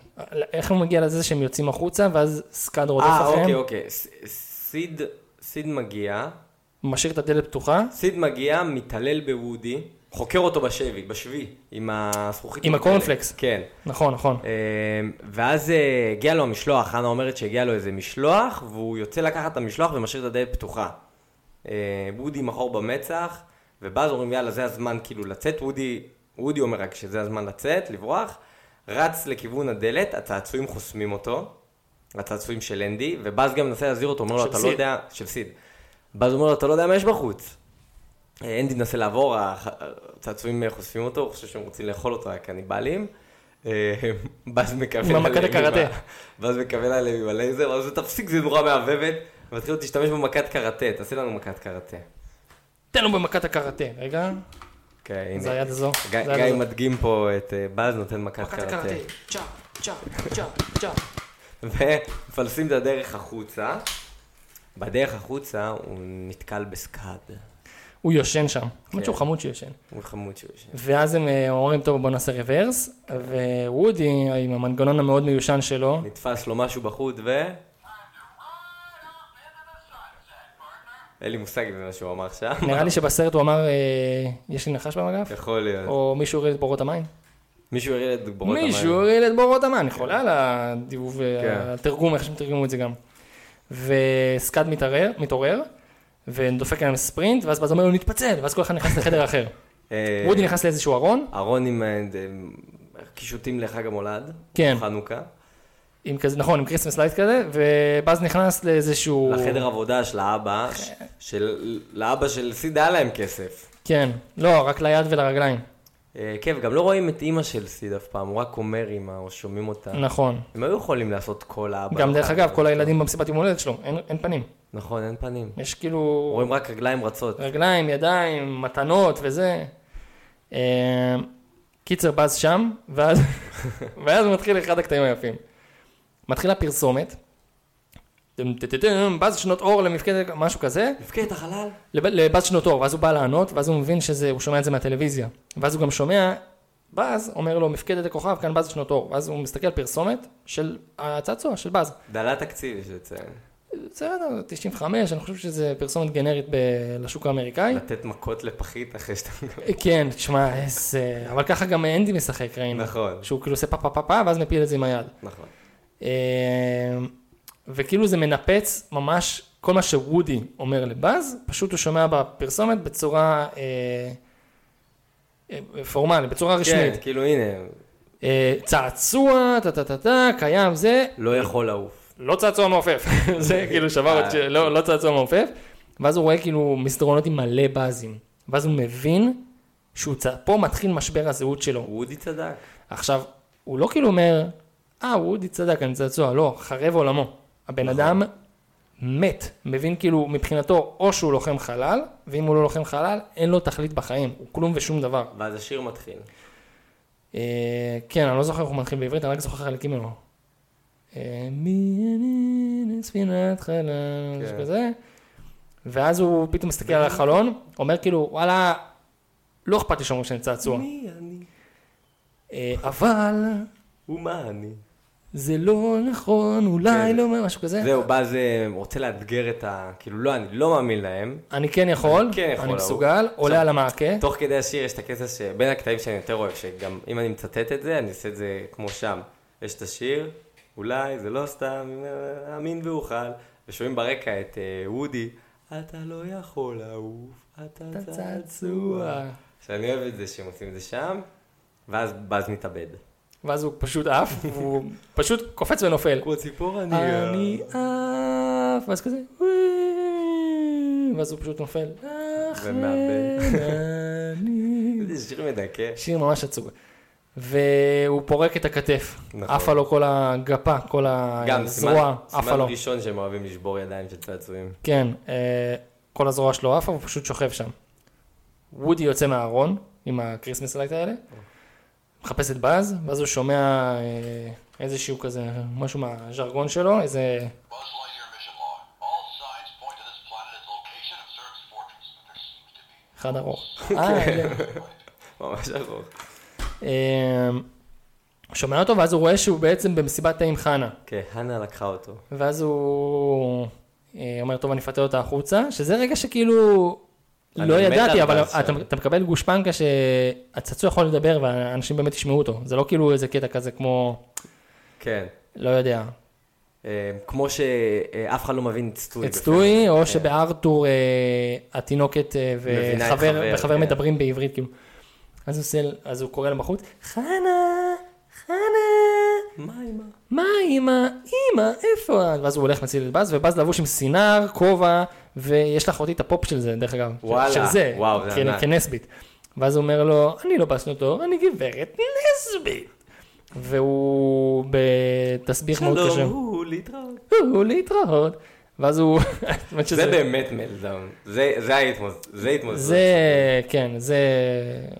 איך הוא מגיע לזה שהם יוצאים החוצה, ואז סקאד רודף
אה,
אחריהם,
אוקיי, אוקיי. ס- סיד, סיד מגיע, אוקיי.
משאיר את הדלת פתוחה,
סיד מגיע, מתעלל בוודי, חוקר אותו בשבי, בשבי, עם הזכוכית.
עם
מתעללת.
הקורנפלקס.
כן.
נכון, נכון.
אמ, ואז אה, הגיע לו המשלוח, חנה אומרת שהגיע לו איזה משלוח, והוא יוצא לקחת את המשלוח ומשאיר את הדלת פתוחה. אה, וודי מחור במצח, ובאז אומרים יאללה זה הזמן כאילו לצאת, וודי, וודי אומר רק שזה הזמן לצאת, לברוח, רץ לכיוון הדלת, הצעצועים חוסמים אותו, הצעצועים של אנדי, ובאז גם מנסה להזהיר אותו, אומר לו
של
אתה לא
סיד."
יודע, של סיד, באז אומר לו אתה לא יודע מה יש בחוץ. אה, אנדי מנסה לעבור, הח- הצעצועים אה, חושפים אותו, הוא חושב שהם רוצים לאכול אותו, הקניבלים. אה, ואז מכוון
עם המכת
עליהם
הקראטה.
ה- ואז מכוון עליהם עם הלייזר, אז תפסיק, זה נורא מעבבת. מתחיל להשתמש במכת קראטה, תעשה לנו מכת קראטה.
תן לו במכת הקראטה, רגע.
אוקיי, הנה.
זה היד הזו.
גיא-
זה היד
גיא
הזו.
מדגים פה את אה, באז נותן מכת
מכת
קראטה.
הקראטה, צ'ה, צ'ה, צ'ה, צ'ה.
ומפלסים את הדרך החוצה. בדרך החוצה הוא נתקל בסקאד.
הוא יושן שם, האמת
כן.
שהוא חמוד שיושן.
הוא חמוד שהוא יושב.
ואז הם אה, אומרים, טוב, בוא נעשה רוורס, ווודי, עם המנגנון המאוד מיושן שלו,
נתפס לו משהו בחוט ו... אין לי מושג אם זה מה שהוא אמר עכשיו.
נראה לי שבסרט הוא אמר, אה, יש לי נחש במגף?
יכול להיות.
או מישהו הוריד את בורות המים?
מישהו הראי את בורות המים.
מישהו הוריד את בורות המים, אני חולה על הדיבוב, אה,
כן.
על התרגום, איך שהם תרגמו את זה גם. וסקאד מתערער- מתעורר, ודופק עליהם ספרינט, ואז באז אומר לו, נתפצל, ואז כל אחד נכנס לחדר אחר.
אה,
וודי נכנס לאיזשהו ארון,
אהרון עם אה, ד- קישוטים לחג המולד.
כן.
חנוכה.
עם כזה, נכון, עם כריסמס לייט כזה, ובאז נכנס לאיזשהו...
לחדר עבודה של האבא, ש- של- לאבא של סיד היה להם כסף.
כן, לא, רק ליד ולרגליים.
אה, כיף, גם לא רואים את אימא של סיד אף פעם, הוא רק אומר אימא, או שומעים אותה.
נכון.
הם היו יכולים לעשות כל האבא.
גם דרך
אחד.
אגב, כל הילדים במסיבת יום הולדת שלו, אין- אין פנים.
נכון, אין פנים.
יש כאילו...
רואים רק רגליים רצות.
רגליים, ידיים, מתנות וזה. אה, קיצר בז שם, ואז, ואז מתחיל אחד הקטעים היפים. מתחילה פרסומת, טם, טם, טם, טם, בז שנות אור למפקדת, משהו כזה,
מפקדת החלל?
לב- לבז שנות אור, ואז הוא בא לענות, ואז הוא מבין שזה, הוא שומע את זה מהטלוויזיה. ואז הוא גם שומע, בז, אומר לו, מפקדת הכוכב, כאן בז שנות אור. ואז הוא מסתכל פרסומת של הצעצוע, של בז.
דלה תקציב, יש לציין.
בסדר, 95, אני חושב שזה פרסומת גנרית ב- לשוק האמריקאי.
לתת מכות לפחית אחרי שאתה...
כן, תשמע, איזה... אבל ככה גם אנדי משחק, ראינו.
נכון.
שהוא כאילו עושה פה פה פה פה, ואז מפיל את זה עם היד.
נכון.
אה, וכאילו זה מנפץ ממש כל מה שוודי אומר לבאז, פשוט הוא שומע בפרסומת בצורה אה, אה, פורמלית, בצורה רשמית.
כן, כאילו הנה,
אה, צעצוע, טה טה טה טה, קיים זה,
לא יכול לעוף.
לא צעצוע מעופף. זה כאילו שבר
אה.
את ש... לא, לא צעצוע מעופף. ואז הוא רואה כאילו מסדרונות עם מלא באזים. ואז הוא מבין שהוא צ... פה מתחיל משבר הזהות שלו.
וודי צדק.
עכשיו, הוא לא כאילו אומר, אה, וודי צדק, אני צעצוע, לא, חרב עולמו. הבן
נכון.
אדם מת, מבין כאילו, מבחינתו, או שהוא לוחם חלל, ואם הוא לא לוחם חלל, אין לו תכלית בחיים, הוא כלום ושום דבר.
ואז השיר מתחיל.
אה, כן, אני לא זוכר איך הוא מתחיל בעברית, אני רק זוכר חלקים ממנו. אה, מי אני ספינת חלל, משהו
כן.
כזה. ואז הוא פתאום מסתכל על החלון, אומר כאילו, וואלה, לא אכפת לי שאומרים שאני צעצוע.
מי אני?
אה, אבל
ומה אני?
זה לא נכון, אולי
כן.
לא, משהו כזה.
זהו, באז אה, רוצה לאתגר את ה... כאילו, לא, אני לא מאמין להם.
אני כן יכול,
אני כן יכול,
אני
ההוא.
מסוגל, עולה על המעקה.
תוך כדי השיר יש את הקטע שבין הקטעים שאני יותר אוהב, שגם אם אני מצטט את זה, אני אעשה את זה כמו שם. יש את השיר, אולי זה לא סתם, אה, אמין ואוכל, ושומעים ברקע את אה, וודי, אתה לא יכול לעוף, אתה
אתה
צעצוע.
צעצוע.
שאני אוהב את זה שהם עושים את זה שם, ואז באז מתאבד.
ואז הוא פשוט עף, והוא פשוט קופץ ונופל.
כמו ציפור אני...
אני עף, ואז כזה, "וואי", ואז הוא פשוט נופל.
ומאבד.
אני...
זה שיר מדכא.
שיר ממש עצוב. והוא פורק את הכתף.
נכון.
עפה לו כל הגפה, כל
גם סימן,
הזרוע, עפה
סימן
לו.
ראשון שהם אוהבים לשבור ידיים של צעצועים.
כן, אה, כל הזרוע שלו עפה, הוא פשוט שוכב שם. וודי יוצא מהארון, עם הקריסמס לייט האלה, מחפש את באז, ואז הוא שומע אה, איזשהו כזה, משהו מהז'רגון שלו, איזה
Buzz Lightyear mission log. All signs point to this planet as location of Zerg's fortress, but there seems to be
אחד ארוך. אה, כן.
ממש ארוך.
אה, שומע אותו, ואז הוא רואה שהוא בעצם במסיבת תה עם חנה.
כן, הנה לקחה אותו.
ואז הוא אה, אומר, טוב, אני אפטר אותה החוצה, שזה רגע שכאילו,
אני
לא
מת
ידעתי,
על
אבל
באז
אתה,
שם.
אתה מקבל גושפנקה שהצצוע יכול לדבר ואנשים באמת ישמעו אותו. זה לא כאילו איזה קטע כזה כמו,
כן.
לא יודע,
אה, כמו שאף אחד לא מבין את סטוי.
את סטוי,
בכלל.
או
כן.
שבארתור אה, התינוקת אה,
מבינה את
וחבר
חבר,
וחבר
כן.
מדברים בעברית, כאילו. אז הוא עושה- אז הוא קורא לה בחוץ, חנה, חנה.
מה אמא?
מה אימא, אימא, איפה את? ואז הוא הולך מציל את באז, ובאז לבוש עם סינר, כובע, ויש לך אותי את הפופ של זה, דרך אגב. של-
וואלה,
של זה,
וואו, זה
כ-
ענק.
כנסבית. ואז הוא אומר לו, אני לא בסנוטור, אני גברת נסבית. והוא בתסביך מאוד קשה.
שלום, הוא להתראות.
הוא להתראות. ואז הוא, האמת
זה
שזה-
באמת מלדאון. זה זה ההתמוז- זה התמוז.
זה, כן, זה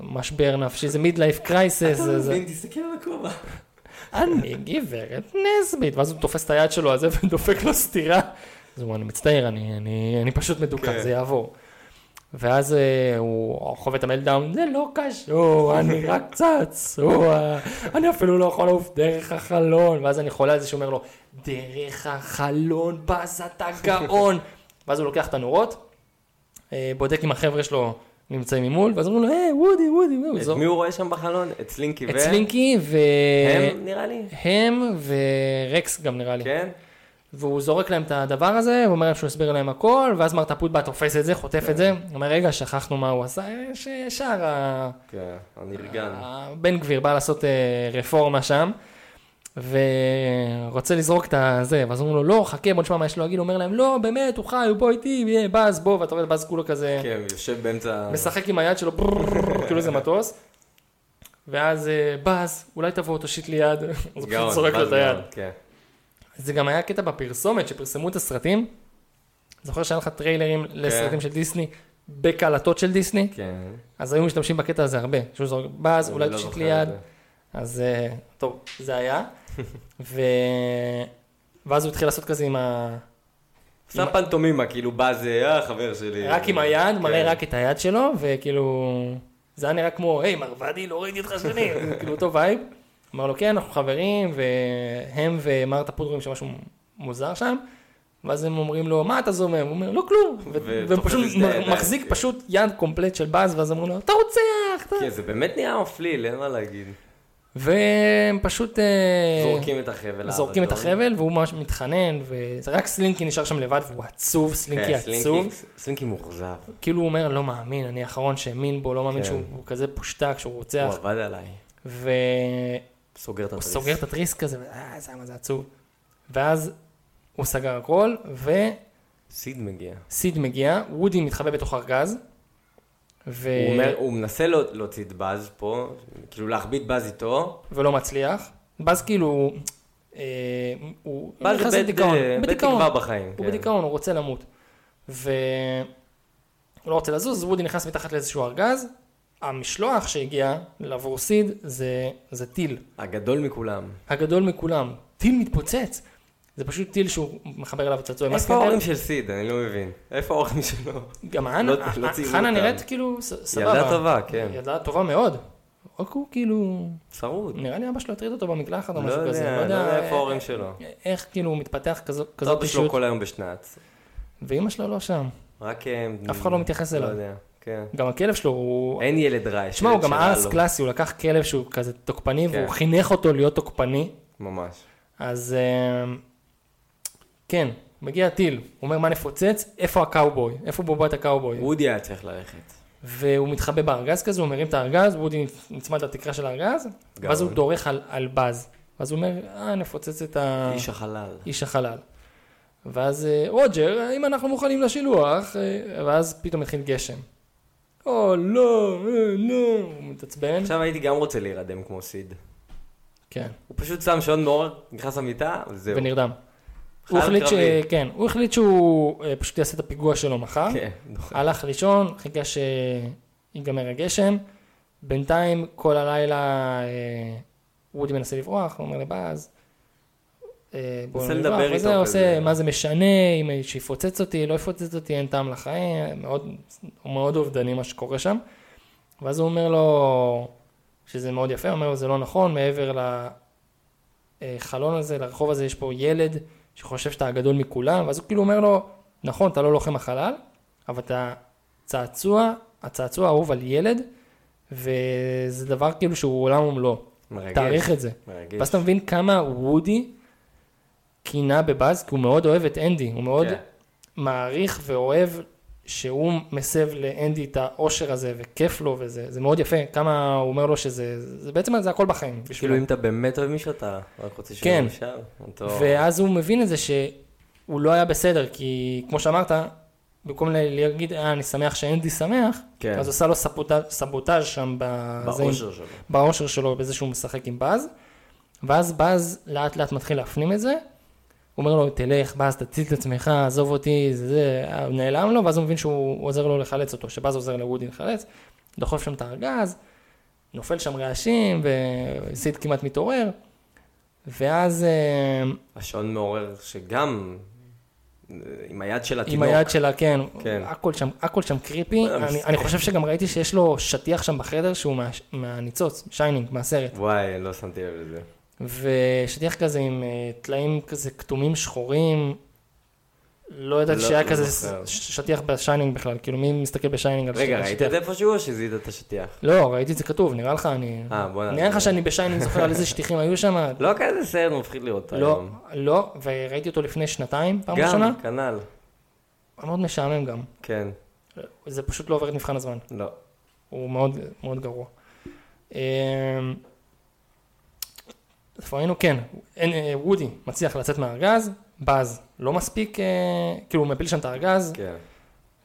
משבר נפשי, זה מידלייף קרייסס.
אתה לא מבין, תסתכל על הכובע.
אני גברת נסבית, ואז הוא תופס את היד שלו על זה ודופק לו סטירה. אז הוא אומר, אני מצטער, אני, אני, אני פשוט מדוכא,
כן.
זה יעבור. ואז אה, הוא חווה את המלדאון, זה לא קשור, אני רק צעצוע, אני אפילו לא יכול לעוף דרך החלון. ואז אני חולה על זה שהוא אומר לו, דרך החלון, באז אתה גאון. ואז הוא לוקח את הנורות, אה, בודק אם החבר'ה שלו נמצאים ממול, ואז אומרים לו, היי, וודי, וודי, וודי.
את מי הוא רואה שם בחלון? את סלינקי ו...
את סלינקי ו...
הם, נראה לי.
הם ורקס גם נראה לי. כן.
כן?
והוא זורק להם את הדבר הזה, הוא אומר להם שהוא יסביר להם הכל, ואז מרתפות בא תופס את זה, חוטף את זה, הוא אומר רגע שכחנו מה הוא עשה, יש ישר ה-
כן, הנרגן.
הבן גביר בא לעשות אה, רפורמה שם, ורוצה לזרוק את הזה, ואז אומרים לו לא חכה בוא נשמע מה יש לו להגיד, הוא אומר להם לא באמת הוא חי הוא בוא איתי, יהיה, באז בוא, ואתה רואה את באז כולו כזה,
כן, הוא יושב באמצע...
משחק עם היד שלו, ברררר, כאילו זה מטוס. ואז אה, באז, אולי תבוא, תושיט לי יד, אז הוא פשוט
גאון,
זורק לו
באז
את היד.
גאון, כן.
זה גם היה קטע בפרסומת, שפרסמו את הסרטים. זוכר שהיה לך טריילרים לסרטים של דיסני, בקלטות של דיסני?
כן.
אז היו משתמשים בקטע הזה הרבה. שהוא זורק באז, אולי
אני לא
תושיט לי
זוכר
יד.
את זה.
אז אה, טוב, זה היה. ו... ואז הוא התחיל לעשות כזה עם ה...
עשה פנטומימה, כאילו בא זה, אה, חבר שלי.
רק עם היד,
כן.
מראה רק את היד שלו, וכאילו... זה היה נראה כמו, היי, מרוודי, לא ראיתי אותך שנים. זה כאילו אותו וייב. אמר לו, כן, אנחנו חברים, והם ומרתה פודרים שמשהו מוזר שם. ואז הם אומרים לו, מה אתה זומם? הוא אומר, לא כלום. ו- והם
ותופס
פשוט
את הידיים,
מחזיק
כן.
פשוט יד קומפלט של באז, ואז אמרו לו, אתה רוצח! אתה...
כן, זה באמת נהיה מפליל, אין מה להגיד.
אה, והם פשוט... אה,
זורקים את החבל.
זורקים את
האבדון.
החבל והוא ממש מתחנן ורק סלינקי נשאר שם לבד והוא עצוב, סלינקי
כן,
עצוב.
סלינקי- סלינקי מאוכזב.
כאילו הוא אומר לא מאמין, אני האחרון שהאמין בו, לא מאמין
כן.
שהוא הוא כזה פושטק, שהוא
הוא
רוצח.
עבד עליי.
והוא
סוגר את התריס.
סוגר את התריס כזה, ואה, זה היה מה זה עצוב. ואז הוא סגר הכל וסיד
סיד מגיע.
אה, מגיע, וודי מתחבא בתוך ארגז. ו...
הוא אומר- הוא מנסה לא- להוציא את באז פה, כאילו להחביא את באז איתו.
ולא מצליח. באז כאילו, אה, הוא
באז
נכנס
איבד,
לדיכאון,
אה, איבד
בדיכאון.
תקווה בחיים,
הוא
כן.
בדיכאון, הוא רוצה למות. והוא לא רוצה לזוז, אז וודי נכנס מתחת לאיזשהו ארגז. המשלוח שהגיע לעבור סיד זה, זה טיל,
הגדול מכולם.
הגדול מכולם. טיל מתפוצץ. זה פשוט טיל שהוא מחבר אליו צעצוע. עם
איפה
הסנטר.
ההורים של סיד? אני לא מבין. איפה ההורים שלו?
גם חנה,
לא- לא ציירו
חנה
אותם.
נראית כאילו ס- סבבה.
טובה, כן.
ילדה טובה מאוד. רק הוא כאילו,
שרוד.
נראה לי אבא שלו הטריד אותו במקלחת או
לא
משהו כזה.
יודע, לא יודע איפה ההורים שלו.
איך כאילו הוא מתפתח כזו- כזאת
אבא שלו
אישיות,
כל היום בשנץ.
ואימא שלו לא שם.
רק... אה,
אף אחד לא מתייחס אליו.
לא יודע, כן.
גם הכלב שלו הוא...
אין ילד רע, יש
תשמע, הוא
ילד
גם
שרע
ארס
לו.
קלאסי, הוא לקח כלב שהוא כזה תוקפני,
כן.
והוא חינך אותו להיות תוקפני,
ממש.
אז אמ, כן, מגיע טיל, הוא אומר מה נפוצץ, איפה הקאובוי, איפה בובת הקאובוי,
וודי היה צריך ללכת.
והוא מתחבא בארגז כזה, הוא מרים את הארגז, וודי נצמד לתקרה של הארגז, ואז הוא דורך על- על באז, ואז הוא אומר, אה, נפוצץ את ה...
איש החלל.
איש החלל. ואז אה, רוג'ר, אם אנחנו מוכנים לשילוח, אה, ואז פתאום התחיל גשם. או, לא, אה, לא, הוא מתעצבן.
עכשיו הייתי גם רוצה להירדם כמו סיד.
כן,
הוא פשוט שם שעון מעורר, נכנס למיטה, זהו.
ונרדם. הוא החליט, ש...
קרבי.
כן, הוא החליט שהוא אה, פשוט יעשה את הפיגוע שלו מחר.
כן, נכון.
הלך לישון, חיכה שיגמר הגשם. בינתיים כל הלילה אה, וודי מנסה לברוח, הוא אומר לבאז, אה, בוא
מנסה
נברח,
לדבר
וזה
איתו
עושה,
כזה.
מה זה משנה, אם שיפוצץ אותי, לא יפוצץ אותי, אין טעם לחיים, מאוד, הוא מאוד אובדני מה שקורה שם. ואז הוא אומר לו, שזה מאוד יפה, הוא אומר לו זה לא נכון, מעבר לחלון הזה, לרחוב הזה, יש פה ילד שחושב שאתה הגדול מכולם, ואז הוא כאילו אומר לו, נכון, אתה לא לוחם החלל, אבל אתה צעצוע, הצעצוע אהוב על ילד, וזה דבר כאילו שהוא עולם ומלואו.
מרגש.
תעריך את זה.
מרגש.
ואז אתה מבין כמה וודי קינה בבאז, כי הוא מאוד אוהב את אנדי, הוא מאוד
כן.
מעריך ואוהב שהוא מסב לאנדי את האושר הזה, וכיף לו, וזה זה מאוד יפה, כמה הוא אומר לו שזה, זה בעצם זה הכל בחיים.
כאילו
בשבילו.
אם לא- אתה באמת אוהב מישהו, אתה רק רוצה שהוא
כן.
יהיה שם. אותו-
ואז הוא מבין את זה שהוא לא היה בסדר, כי כמו שאמרת, במקום ל- להגיד, אה, אני שמח שאנדי שמח,
כן.
אז עושה לו סבוטאז' סבוטאז' שם ב- זה עם-
באושר שלו.
באושר שלו בזה שהוא משחק עם באז, ואז באז לאט לאט מתחיל להפנים את זה, הוא אומר לו תלך באז תציל את עצמך, עזוב אותי, זה זה, אה, הוא נעלם לו, ואז הוא מבין שהוא עוזר לו לחלץ אותו, שבאז עוזר לוודי לחלץ, דוחף שם את הארגז, נופל שם רעשים, וסיד כמעט מתעורר, ואז אה,
השעון מעורר שגם אה, עם היד של
עם
התינוק.
היד שלה, כן,
כן.
הכל שם, הכל שם קריפי,
אה,
אני-
מסתכל.
אני חושב שגם ראיתי שיש לו שטיח שם בחדר שהוא מה- מהניצוץ, שיינינג, מהסרט.
וואי, לא שמתי לב לזה.
ושטיח כזה עם אה, טלאים כזה כתומים שחורים. לא ידעתי
לא-
שהיה
לא
כזה
זוכר.
ש- שטיח בשיינינג בכלל, כאילו מי מסתכל בשיינינג על
רגע,
שטיח?
ראית את זה איפשהו או שזיהית את השטיח?
לא, ראיתי את זה כתוב, נראה לך, אני...
אה, בוא נעשה.
נראה לך שאני בשיינינג זוכר על איזה שטיחים היו שם?
לא כזה סרט מפחיד לראות אותו
לא,
היום.
לא, וראיתי אותו לפני שנתיים, פעם ראשונה.
גם, כנ"ל.
מאוד משעמם גם.
כן,
זה פשוט לא עובר את מבחן הזמן.
לא.
הוא מאוד מאוד גרוע. אמ, איפה היינו? כן, אין, אה, וודי מצליח לצאת מהארגז, באז לא מספיק, אה, כאילו הוא מפיל שם את הארגז,
כן.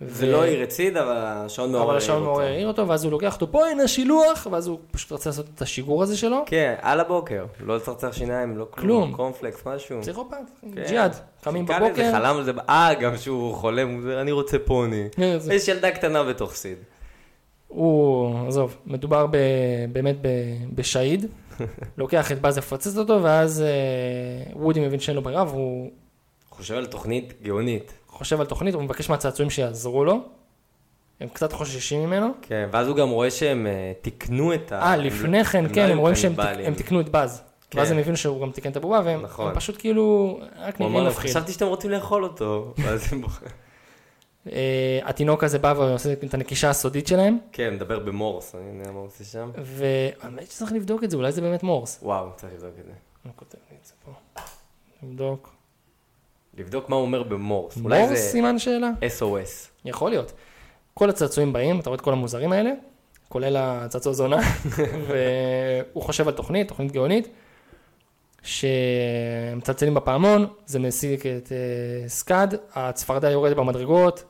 זה לא העיר הציד, אבל השעון מעורר.
אבל השעון
העיר
מעורר
לא אותו.
העיר אותו, ואז הוא לוקח אותו, פה הנה השילוח, ואז הוא פשוט רצה לעשות את השיגור הזה שלו.
כן, על הבוקר. לא לצרצר שיניים, לא
כלום.
כלום. קורנפלקס, משהו.
פסיכופת,
כן.
ג'יהאד, קמים
חיכה לזה,
בבוקר.
חלם על זה, אה, גם שהוא חולם, הוא אומר, אני רוצה פוני.
כן, זה-
יש ילדה קטנה בתוך סיד.
הוא, עזוב, מדובר ב, באמת ב, בשהיד, לוקח את באז לפוצץ אותו, ואז אה, וודי מבין שאין לו ברירה, והוא
חושב על תוכנית גאונית.
חושב על תוכנית, הוא מבקש מהצעצועים שיעזרו לו, הם קצת חוששים ממנו.
כן, ואז הוא גם רואה שהם אה, תיקנו את ה...
אה,
הם לא-
לפני
הם
כן,
לא
כן,
היו
הם רואים שהם
קניבלים.
תיק- הם תיקנו את באז.
כן.
ואז הם הבינו שהוא גם תיקן את הבובה, והם
נכון.
הם פשוט כאילו, רק
הוא
נראים
אמר,
מפחיד.
חשבתי שאתם רוצים לאכול אותו. ואז הם בוחרים.
אה, התינוק הזה בא ועושה את הנקישה הסודית שלהם,
כן, מדבר במורס, אני יודע מה הוא עושה שם.
והאמת שצריך לבדוק את זה, אולי זה באמת מורס.
וואו, צריך לבדוק את זה.
אני כותב לי את זה פה. נבדוק.
לבדוק מה הוא אומר במורס. אולי
מורס
זה
סימן שאלה?
SOS.
יכול להיות. כל הצעצועים באים, אתה רואה את כל המוזרים האלה, כולל הצעצוע זונה, והוא חושב על תוכנית, תוכנית גאונית, שמצלצלים בפעמון, זה משיג את אה, סקאד, הצפרדע יורדת במדרגות,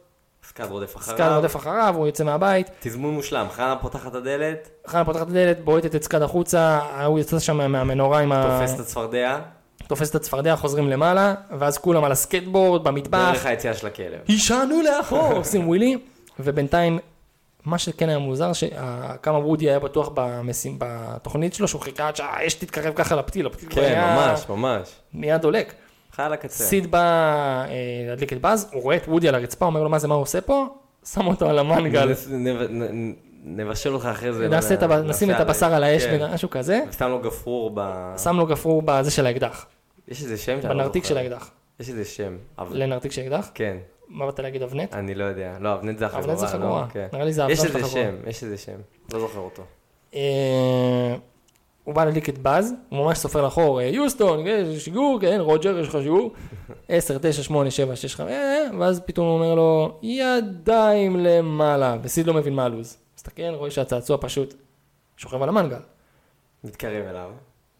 סקאד רודף
סקאד
אחריו.
רודף אחריו, הוא יוצא מהבית,
תזמון מושלם, חנה פותחת את הדלת,
חנה פותחת את הדלת, בועטת את סקאד החוצה, הוא יוצא שם מה- מהמנורה עם ה...
תופס את הצפרדע,
תופס את הצפרדע, חוזרים למעלה, ואז כולם על הסקטבורד,
דרך
במטבח,
היציאה של הכלב.
הישענו לאחור, עושים ווילי, ובינתיים, מה שכן היה מוזר, שה- כמה וודי היה בטוח במשים, בתוכנית שלו, שהוא חיכה עד שהאש תתקרב ככה לפתיל, הפתיל כבר
כן,
היה-
ממש, כן. ממש.
נהיה דולק.
חי על הקצה.
סיד בא אה, להדליק את באז, הוא רואה את וודי על הרצפה, אומר לו מה זה, מה הוא עושה פה? שם אותו על המנגל.
נב- נ- נבשל אותך אחרי זה.
נעשה את הבא-
נעשה
נשים את הבשר על האש,
כן.
משהו כזה,
ושם לו גפרור ב...
שם לו גפרור בזה של האקדח,
יש איזה שם שאני לא
בנרתיק
זוכר.
של האקדח,
יש איזה שם. אבל-
לנרתיק של האקדח,
כן,
מה באת להגיד אבנט?
אני לא יודע. לא, אבנט זה החגורה.
אבנט זה
לא?
חגורה.
כן.
נראה לי זה
יש
אבנט
איזה
חגורה.
שם, יש איזה שם. לא זוכר אותו.
אה, הוא בא להדליק את באז, הוא ממש סופר לאחור, אה, יוסטון, כן, יש שיגור, כן, רוג'ר, יש לך שיגור, 10, 9, 8, 7, 6, 5, אה, ואז פתאום הוא אומר לו, ידיים למעלה, וסיד לא מבין מה הלו"ז. מסתכל, רואה שהצעצוע פשוט שוכב על המנגל.
מתקרב אליו.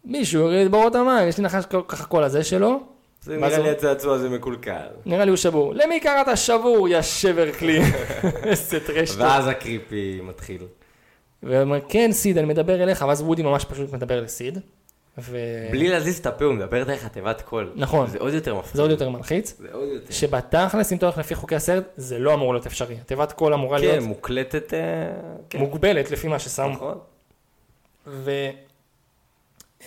מישהו יוריד את בורות המים, יש לי נחש כל- ככה קול הזה שלו, מה
זה נראה
זה?
לי הצעצוע הזה מקולקל.
נראה לי הוא שבור. למי קראת שבור, יא שבר כלי? איזה טרשטו.
ואז הקריפי מתחיל.
ואומר, כן, סיד, אני מדבר אליך, ואז וודי ממש פשוט מדבר לסיד. ו...
בלי להזיז את הפה, הוא מדבר דרך התיבת קול.
אה. נכון.
זה עוד יותר מפחיד.
זה עוד יותר מלחיץ.
זה עוד יותר.
שבתכלס, אם אתה הולך לפי חוקי הסרט, זה לא אמור להיות אפשרי. תיבת קול אמורה
כן,
להיות
מוקלטת... אה, כן,
מוגבלת לפי מה ששמו.
נכון.
ו...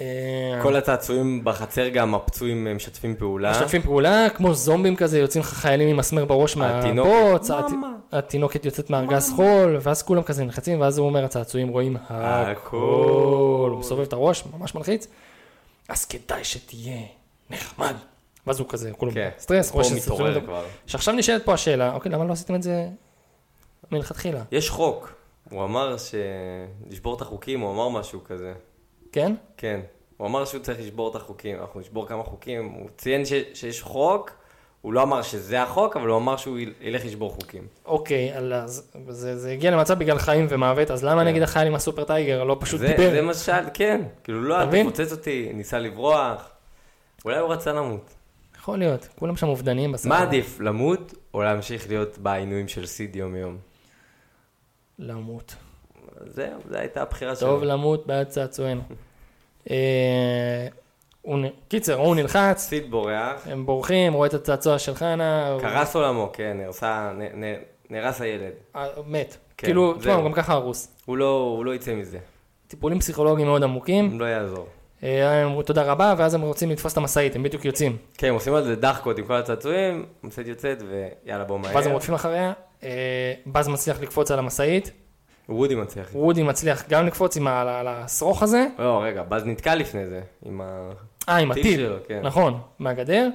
אה,
כל הצעצועים בחצר גם, הפצועים אה, משתפים פעולה.
משתפים פעולה, כמו זומבים כזה, יוצאים לך חיילים עם מסמר בראש
התינוק-
מהבוץ, הת-
מאמה.
התינוקת יוצאת מארגז חול, ואז כולם כזה נלחצים, ואז הוא אומר, הצעצועים רואים הכל. הוא מסובב את הראש, ממש מלחיץ. אז כדאי שתהיה נחמד. ואז הוא כזה, כולו
כן.
סטרס,
פה
רואה שזה...
מתעורר כבר.
שעכשיו נשאלת פה השאלה, אוקיי, למה לא עשיתם את זה מלכתחילה?
יש חוק. הוא אמר שנשבור את החוקים, הוא אמר משהו כזה.
כן?
כן. הוא אמר שהוא צריך לשבור את החוקים, אנחנו נשבור כמה חוקים. הוא ציין ש- שיש חוק, הוא לא אמר שזה החוק, אבל הוא אמר שהוא יל- ילך לשבור חוקים.
אוקיי, על- אז זה, זה הגיע למצב בגלל חיים ומוות, אז למה
כן.
נגיד החייל עם הסופר טייגר לא פשוט
זה,
דיבר?
זה מה ששאל, כן. כאילו, לא,
אתה
אתה
מבין?
פוצץ אותי, ניסה לברוח. אולי הוא רצה למות.
יכול להיות, כולם שם אובדניים בסדר.
מה עדיף, למות או להמשיך להיות בעינויים של סיד יום-יום?
למות.
זהו, זו הייתה הבחירה שלו.
טוב למות בעד צעצוענו. אה, הוא נ- קיצר, הוא נלחץ,
סיד בורח,
הם בורחים, רואה את הצעצוע של חנה, הוא-
קרס עולמו, כן, נהרסה- נ- נ- נהרס הילד.
אה, מת.
כן,
כאילו, תשמע,
זהו.
הוא גם ככה הרוס.
הוא לא, הוא לא יצא מזה,
טיפולים פסיכולוגיים מאוד עמוקים,
לא יעזור.
אה, הם אמרו תודה רבה, ואז הם רוצים לתפוס את המשאית, הם בדיוק יוצאים.
כן, הם עושים על זה דחקות עם כל הצעצועים, המסעד יוצאת ויאללה בוא מהר.
ואז הם רודפים אחריה, אה, באז מצליח לקפוץ על המשאית,
וודי מצליח.
רודי מצליח גם לקפוץ עם ה- על ה- על השרוך הזה,
לא, רגע, באז נתקע לפני זה, עם ה...
אה, עם
טיל
הטיל,
שלו, כן.
נכון, מהגדר,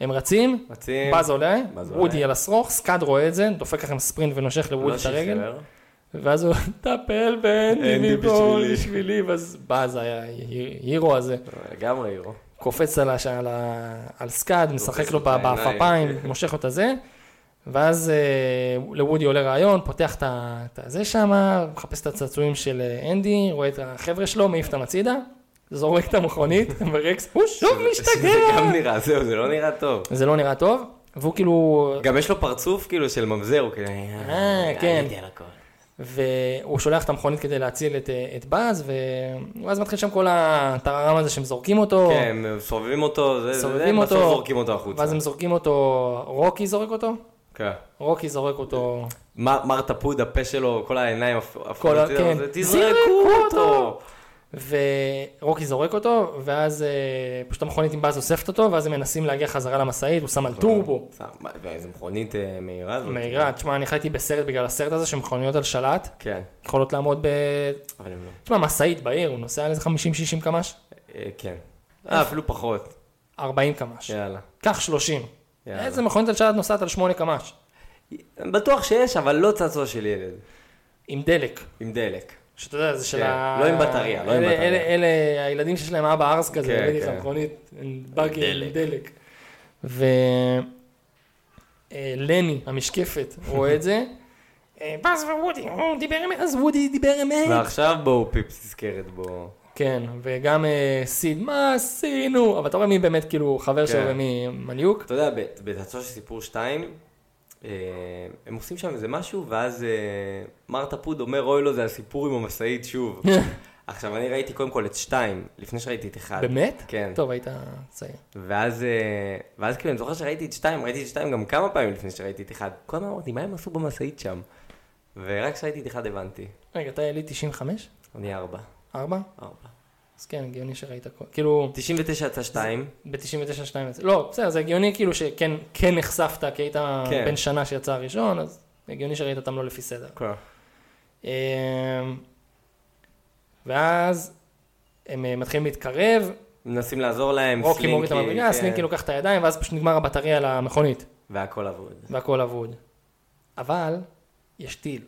הם רצים,
רצים.
באז עולה,
באז
רודי
עולה.
על השרוך, סקאד רואה את זה, דופק לכם ספרינט ונושך
לא
לרודי את הרגל,
שחרר.
ואז הוא, טפל ואין
אין
לי
לי
ביבול
בשבילי."
בשבילי, ואז באז היה הירו הזה,
לגמרי הירו.
קופץ על הש- על ה- על סקאד, משחק לו
לו בעיניים,
באפפיים, מושך לו את הזה, ואז אה, לוודי עולה רעיון, פותח את ה- את הזה שם, מחפש את הצעצועים של אה, אנדי, רואה את החבר'ה שלו, מעיף אותם הצידה, זורק את המכונית, ורקס, הוא שוב
זה
משתגע!
גם נראה, זהו, זה לא נראה טוב.
זה לא נראה טוב, והוא כאילו...
גם יש לו פרצוף כאילו של ממזר, הוא כאילו...
אה, כן.
עליתי על הכל.
והוא שולח את המכונית כדי להציל את, אה, את באז, ו- ואז מתחיל שם כל הטררם הזה שהם זורקים אותו.
כן, הם סובבים אותו, זה, זה,
סובבים
זה, בסוף
אותו,
זורקים אותו החוצה.
ואז הם זורקים אותו, רוקי זורק אותו?
כן.
רוקי זורק אותו.
מר מר תפוד, הפה שלו, כל העיניים הפכו
כל ה-
הצידה,
כן.
זה,
זרקו
תזרקו
אותו."
אותו.
ורוקי זורק אותו, ואז אה, פשוט המכונית עם באז אוספת אותו, ואז הם מנסים להגיע חזרה למשאית, הוא שם על
אוקיי.
טורבו.
שם, מה, ואיזה מכונית אה, מהירה זאת.
מהירה, תשמע, אני חייתי בסרט בגלל הסרט הזה שמכוניות על שלט,
כן,
יכולות לעמוד ב...
אבל הם לא.
תשמע, משאית בעיר, הוא נוסע על איזה 50-60 קמ"ש?
אה, כן. אה, אפילו פחות.
40 קמ"ש.
יאללה.
קח 30.
יאללה.
איזה מכונית על שלט נוסעת על 8 קמ"ש?
אני בטוח שיש, אבל לא צעצוע של ילד.
עם דלק.
עם דלק.
שאתה יודע, זה של
כן,
ה...
לא עם בטריה, לא עם
אלה-
בטריה.
אלה- אלה הילדים שיש להם אבא ארס כזה,
כן,
הבאתי לך
כן.
מכונית, עם באגר, עם
דלק.
דלק. ו... אה, לני, המשקפת, רואה את זה. אה, באז וודי, הוא דיבר עם... אז וודי דיבר עם אייד.
ועכשיו בואו פיפס תזכרת בו.
כן, וגם אה, סיד, מה עשינו? אבל אתה רואה מי באמת כאילו חבר שלו
כן.
ומי מליוק.
אתה יודע, ב- בצעצוע של סיפור 2, הם עושים שם איזה משהו, ואז אה, מרתה פוד אומר, אוי לו, זה הסיפור עם המשאית שוב. עכשיו, אני ראיתי קודם כל את 2, לפני שראיתי את 1.
באמת?
כן.
טוב, היית צעיר.
ואז, אה, ואז כאילו, אני זוכר שראיתי את 2, ראיתי את 2 גם כמה פעמים לפני שראיתי את 1. כל הזמן אמרתי, מה הם עשו במשאית שם? ורק כשראיתי את 1 הבנתי.
רגע, אתה יליד 95?
אני 4.
4?
4.
אז כן, הגיוני שראית הכל. כאילו...
99 יצא 2.
ב-99-2, לא, בסדר, זה הגיוני כאילו שכן כן נחשפת, כי היית
כן.
בן שנה שיצא הראשון, אז הגיוני שראית אותם לא לפי סדר. אמ, ואז הם אה, מתחילים להתקרב,
מנסים לעזור להם,
רוקי מוריד את
סלינקי,
המדרגה,
כן.
סלינקי לא- לוקח את הידיים, ואז פשוט נגמר הבטריה על המכונית,
והכל אבוד.
והכל אבוד. אבל, יש טיל.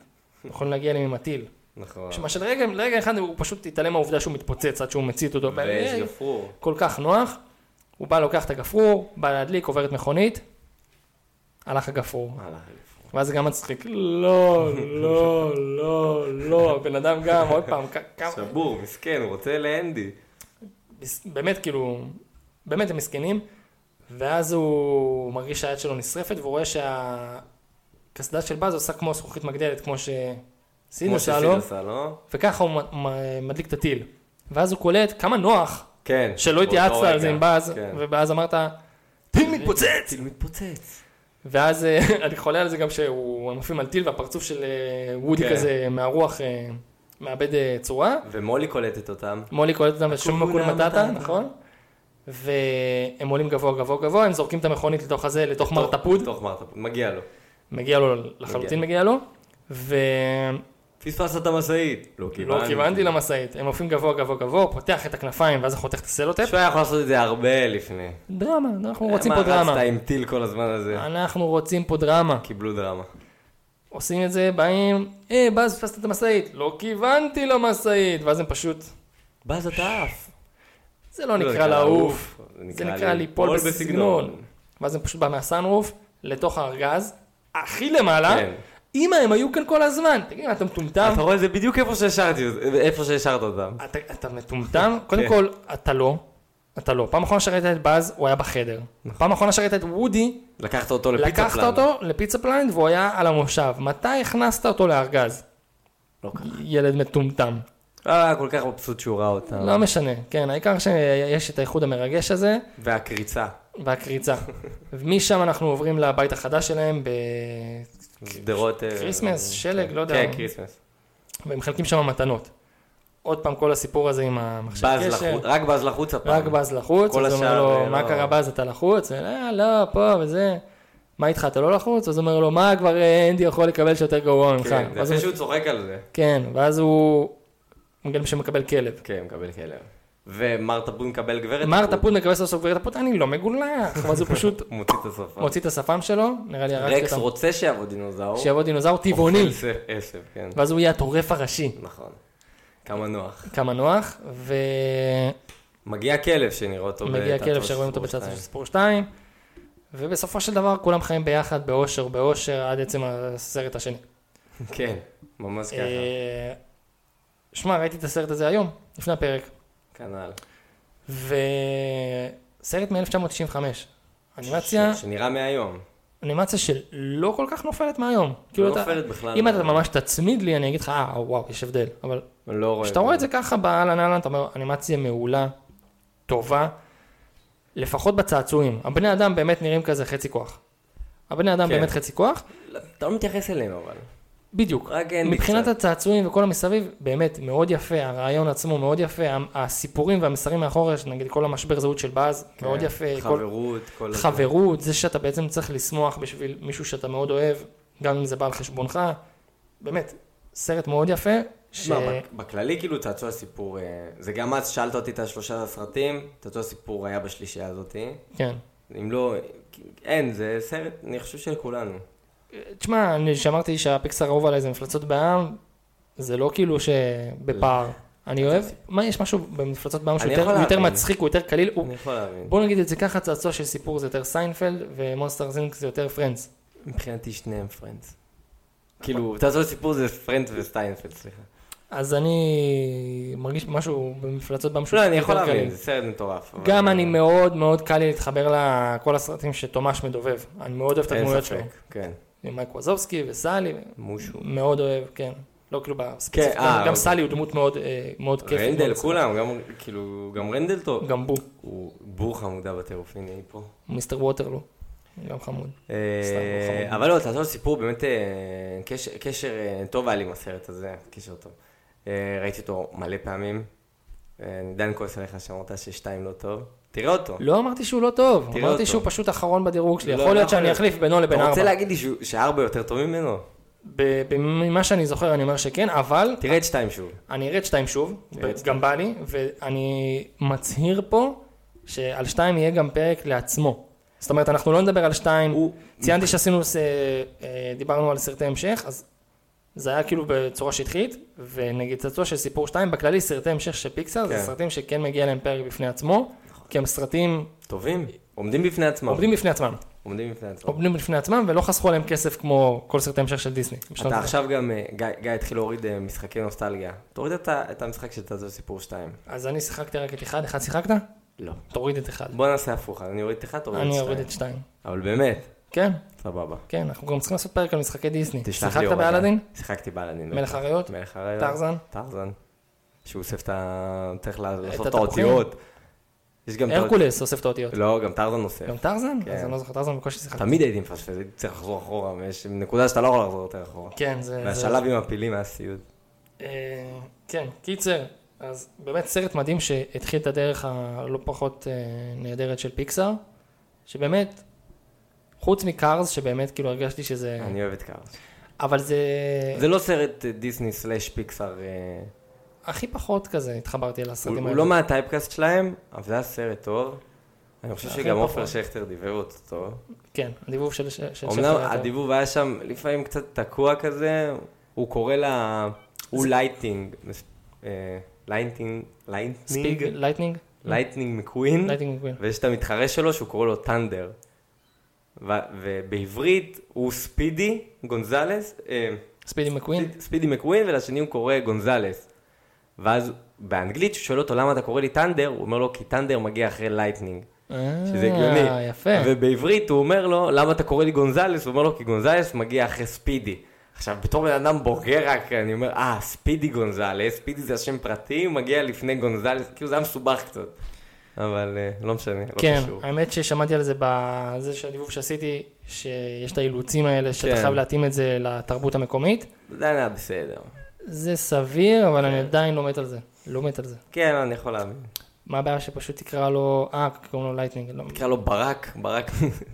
יכולים להגיע אליהם עם הטיל.
נכון.
מה שלרגע לרגע אחד הוא פשוט התעלם מהעובדה שהוא מתפוצץ עד שהוא מצית אותו.
ויש
אה,
גפרור.
כל כך נוח, הוא בא, לוקח את הגפרור, בא להדליק, עוברת מכונית, הלך הגפרור.
הלך גפרור.
ואז זה גם מצחיק, לא, לא, לא, לא, הבן אדם גם, עוד פעם, כ- כמה,
שבור, מסכן, הוא רוצה לאנדי.
מס- באמת כאילו, באמת הם מסכנים, ואז הוא מרגיש שהיד שלו נשרפת, והוא רואה שהקסדה של באז עושה כמו זכוכית מגדלת, כמו שסין
כמו
עושה
שסיד
לו,
עשה לו.
וככה הוא מ- מ- מדליק את הטיל. ואז הוא קולט כמה נוח
כן.
שלא
באותו
התייעצת על זה
רגע.
עם באז,
כן.
ובאז אמרת, טיל מתפוצץ!
טיל מתפוצץ.
ואז אה, אני חולה על זה גם שהוא, הם עפים על טיל והפרצוף של אה, וודי
כן.
כזה מהרוח אה, מאבד אה, צורה.
ומולי קולטת אותם.
מולי קולט אותם ושום
הקוקונה
מקונה מטאטה,
מטאטה.
נכון? והם עולים גבוה גבוה גבוה, הם זורקים את המכונית לתוך הזה, לתוך מרתפוד,
תוך מרתפוד, מגיע לו.
מגיע לו לחלוטין מגיע לו, ולא
פספס את המשאית. לא כיוונתי.
כיוונתי למשאית, הם עופים גבוה גבע גבוה, הוא פותח את הכנפיים ואז הוא חותך את הסלוטאפ,
שהוא היה יכול לעשות את זה הרבה לפני.
דרמה, אנחנו רוצים פה
אה, מה
דרמה,
רצת עם טיל כל הזמן הזה?
אנחנו רוצים פה דרמה,
קיבלו דרמה.
עושים את זה, באים, אה, באז, פספסת את המשאית. לא כיוונתי למשאית. ואז הם פשוט,
באז אתה עף.
זה לא
זה
נקרא לעוף, זה
זה
נקרא ליפול בסגנון. ואז הם פשוט בא מהסאנרוף, לתוך הארגז, הכי למעלה.
כן.
אמא, הם היו כאן כל הזמן. תגיד, אתה מטומטם?
אתה רואה, זה בדיוק איפה שהשארתי, איפה שהשארת אותם.
אתה אתה מטומטם? קודם כל, אתה לא. אתה לא. פעם אחרונה שראית את באז, הוא היה בחדר. פעם אחרונה שראית את וודי,
לקחת אותו לפיצה פלאנט.
לקחת אותו לפיצה נכון. פלנט והוא היה על המושב. מתי הכנסת אותו לארגז?
לא ככה.
ילד מטומטם.
אה, כל כך מבסוט שהוא ראה אותם.
לא משנה, כן, העיקר שיש את האיחוד המרגש הזה
והקריצה.
והקריצה. ומשם אנחנו עוברים לבית החדש שלהם, ב...
שדרות... אה,
כריסמס, שלג, לא יודע.
כן, כריסמס.
והם מחלקים שם מתנות. עוד פעם כל הסיפור הזה עם המחשב
באז
קשר,
לחוץ, רק באז לחוץ הפעם.
אה, רק בז לחוץ,
כל
אז הוא אומר
השאר,
לו,
אה,
מה
לא."
קרה בז, אתה לחוץ? אה, לא, פה וזה. מה איתך, אתה לא לחוץ? אז הוא אומר לו, מה כבר אה, אנדי יכול לקבל שיותר גרוע ממך?
כן, זה
ואז
יפה
הוא-
שהוא צוחק על זה.
כן, ואז הוא מגלים שמקבל כלב.
כן, מקבל כלב. ומרתה בון מקבל גברת.
מר תפות מקבל סוף סוף גביר תפות, אני לא מגולח. ואז הוא פשוט
מוציא את השפה.
מוציא את השפם שלו, נראה לי הרגתי
רקס
אותם.
רוצה שיבוא דינוזאור.
שיבוא דינוזאור טבעוני,
אוכל ס- עשב, כן.
ואז הוא יהיה הטורף הראשי.
נכון. כמה נוח.
כמה נוח, ומגיע
מגיע כלב שנראה אותו.
כלב שרואים אותו בצד של ספור 2, ובסופו של דבר כולם חיים ביחד באושר באושר עד עצם הסרט השני.
כן, ממש ככה.
אה, שמע, ראיתי את הסרט הזה היום, לפני הפרק,
כנ"ל.
וסרט מ-1995. אנימציה,
ש- שנראה מהיום.
אנימציה שלא כל כך נופלת מהיום. כאילו אתה,
לא נופלת בכלל
אם אתה
מהיום.
ממש תצמיד לי, אני אגיד לך, אה, וואו, יש הבדל. אבל
לא רואה.
כשאתה רואה את זה ככה באהלן אהלן, אתה אומר, אנימציה מעולה, טובה, לפחות בצעצועים. הבני אדם באמת נראים כזה חצי כוח. הבני אדם
כן.
באמת חצי כוח,
לא, אתה לא מתייחס אליהם אבל.
בדיוק.
רק אין לי
מבחינת
קצת.
הצעצועים וכל המסביב, באמת, מאוד יפה, הרעיון עצמו מאוד יפה, ה- הסיפורים והמסרים מאחורה, נגיד כל המשבר זהות של באז,
כן.
מאוד יפה, כל
חברות, כל... הזה.
חברות, זה שאתה בעצם צריך לשמוח בשביל מישהו שאתה מאוד אוהב, גם אם זה בא על חשבונך, באמת, סרט מאוד יפה, ש...
שמע, לא, בק- בכללי כאילו צעצוע סיפור, אה, זה גם אז שאלת אותי את השלושה סרטים, צעצוע סיפור היה בשלישייה הזאתי.
כן.
אם לא, אין, זה סרט, אני חושב של כולנו.
תשמע, אני שאמרתי שהפיקסאר אהוב עליי זה מפלצות בעם, זה לא כאילו שבפער. אני אוהב, מה, יש משהו במפלצות בעם שהוא
אני
יותר-
יכול
הוא יותר
להבין.
מצחיק, הוא יותר קליל, הוא-
אני יכול להבין.
בוא נגיד את זה ככה, צעצוע של סיפור זה יותר סיינפלד, ומונסטר זינק זה יותר פרנדס.
מבחינתי שניהם פרנדס. כאילו, צעצוע סיפור זה פרנדס וסטיינפלד, סליחה.
אז אני מרגיש משהו במפלצות בעם שהוא
לא, אני
יותר
יכול
קליל.
להבין, זה סרט מטורף. אבל-
גם אני מאוד מאוד קל לי להתחבר לכל הסרטים שתומש מדובב. אני מאוד אוהב את
אין
הדמויות שלו.
ספק, כן.
מייק ווזובסקי וסאלי,
מושו.
מאוד אוהב, כן. לא כאילו בספציפית,
אה,
גם- גם
אוקיי.
סאלי הוא דמות מאוד אה, מאוד כיפית.
רנדל,
מאוד
כולם, גם, כאילו, גם רנדל טוב.
גם בו,
הוא בור חמודה בטירוף, הנה היא פה.
מיסטר ווטרלו, גם חמוד.
אה,
סתם, הוא חמוד.
אבל לא, תעזוב סיפור, באמת אה, קשר- קשר אה, טוב היה לי עם הסרט הזה, קשר טוב. אה, ראיתי אותו מלא פעמים. אה, אני עדיין כועס עליך שאמרת ששתיים לא טוב. תראה אותו.
לא אמרתי שהוא לא טוב,
תראה
אמרתי
אותו.
שהוא פשוט אחרון בדירוג שלי,
לא,
יכול להיות
לא יכול
שאני
להיות.
אחליף בינו לבין
אתה רוצה
ארבע.
להגיד לי שהוא- שארבע יותר טוב ממנו?
ב- ממה שאני זוכר אני אומר שכן, אבל
תראה את שתיים שוב.
אני אראה את שתיים שוב,
תראה את שתיים.
גם בא לי, ואני מצהיר פה שעל שתיים יהיה גם פרק לעצמו. זאת אומרת, אנחנו לא נדבר על שתיים,
הוא-
ציינתי שעשינו, ס- אה, דיברנו על סרטי המשך, אז זה היה כאילו בצורה שטחית, ונגיד צעצוע של סיפור שתיים, בכללי סרטי המשך של פיקסר, זה
כן. נכון.
סרטים שכן מגיע להם פרק בפני עצמו, כי הם סרטים
טובים. עומדים בפני עצמם.
עומדים בפני עצמם,
נכון. עומדים בפני עצמם.
עומדים בפני עצמם ולא חסכו עליהם כסף כמו כל סרטי המשך של דיסני. בשנות
אתה
ה-
עכשיו גם, אה, גיא- גיא התחיל להוריד אה, משחקי נוסטלגיה. תוריד את ה- את המשחק של תעזוב סיפור שתיים.
אז אני שיחקתי רק את אחד, אחד שיחקת?
לא.
תוריד את אחד.
בוא נעשה הפוך, אני אוריד את אחד, תוריד את
אני
שתיים.
אוריד את שתיים.
אבל באמת,
כן.
סבבה.
כן, אנחנו גם צריכים לעשות פרק על משחקי דיסני.
תשלח לי
שיחקת
הורדה.
באלאדין?
שיחקתי באלאדין.
מלך
בטח.
האריות?
מלך האריות.
טרזן?
טרזן. שהוא אוסף את ה... צריך לעשות את
התפוחים?
האותיות. יש גם... את האות-
הרקולס אוסף את האותיות.
לא, גם טרזן אוסף.
גם טרזן?
כן.
אז אני לא זוכר, טרזן בקושי שיחקתי.
תמיד הייתי מפספס, הייתי צריך לחזור אחורה, ויש נקודה שאתה לא יכול לחזור יותר אחורה.
כן, זה... זה-
והשלב עם הפילים היה סיוט.
אה, כן, קיצר, אז באמת סרט מדהים שהתחיל את הדרך הלא פחות אה, נהדרת של פיקסאר, שבאמת, חוץ מקארס, שבאמת כאילו הרגשתי שזה...
אני אוהב את קארס.
אבל זה...
זה לא סרט אה, דיסני סלאש פיקסאר, אה,
הכי פחות כזה התחברתי
הוא
לסרטים
הוא
האלה.
לא מהטייפקאסט שלהם, אבל זה היה סרט טוב. אני חושב
אה, הכי
שגם
פחות.
עופר שכטר דיבר אותו טוב.
כן, הדיבוב של... של- של-
אמנם
של-
הדיבוב היה שם לפעמים קצת תקוע כזה, הוא קורא לה... הוא אה, לייטינג. לייטינג?
ספיג
לייטינג?
לייטנינג?
לייטינג מקווין.
לייטנינג מקווין.
ויש את המתחרה שלו שהוא קורא לו טנדר. ו- ובעברית הוא ספידי גונזלס, אה,
ספידי מקווין?
ספיד- ספידי מקווין, ולשני הוא קורא גונזלס. ואז באנגלית, כשהוא שואל אותו למה אתה קורא לי טנדר, הוא אומר לו כי טנדר מגיע אחרי לייטנינג. שזה הגיוני.
אה, יפה.
ובעברית הוא אומר לו, למה אתה קורא לי גונזלס? הוא אומר לו, כי גונזלס מגיע אחרי ספידי. עכשיו, בתור בן אדם בוגר רק, אני אומר, אה, ספידי גונזלס, ספידי זה השם פרטי, הוא מגיע לפני גונזלס, כאילו זה היה מסובך קצת. אבל אה, לא משנה, לא
כן,
קשור.
האמת ששמעתי על זה בזה של הדיבוב שעשיתי, שיש את האילוצים האלה, שאתה
כן.
חייב להתאים את זה לתרבות המקומית.
זה היה בסדר.
זה סביר, אבל אני עדיין לא מת על זה. לא מת על זה.
כן, אני יכול להבין.
מה הבעיה שפשוט תקרא לו, אה, קוראים לו לייטנינג. לא,
תקרא לו ברק, ברק,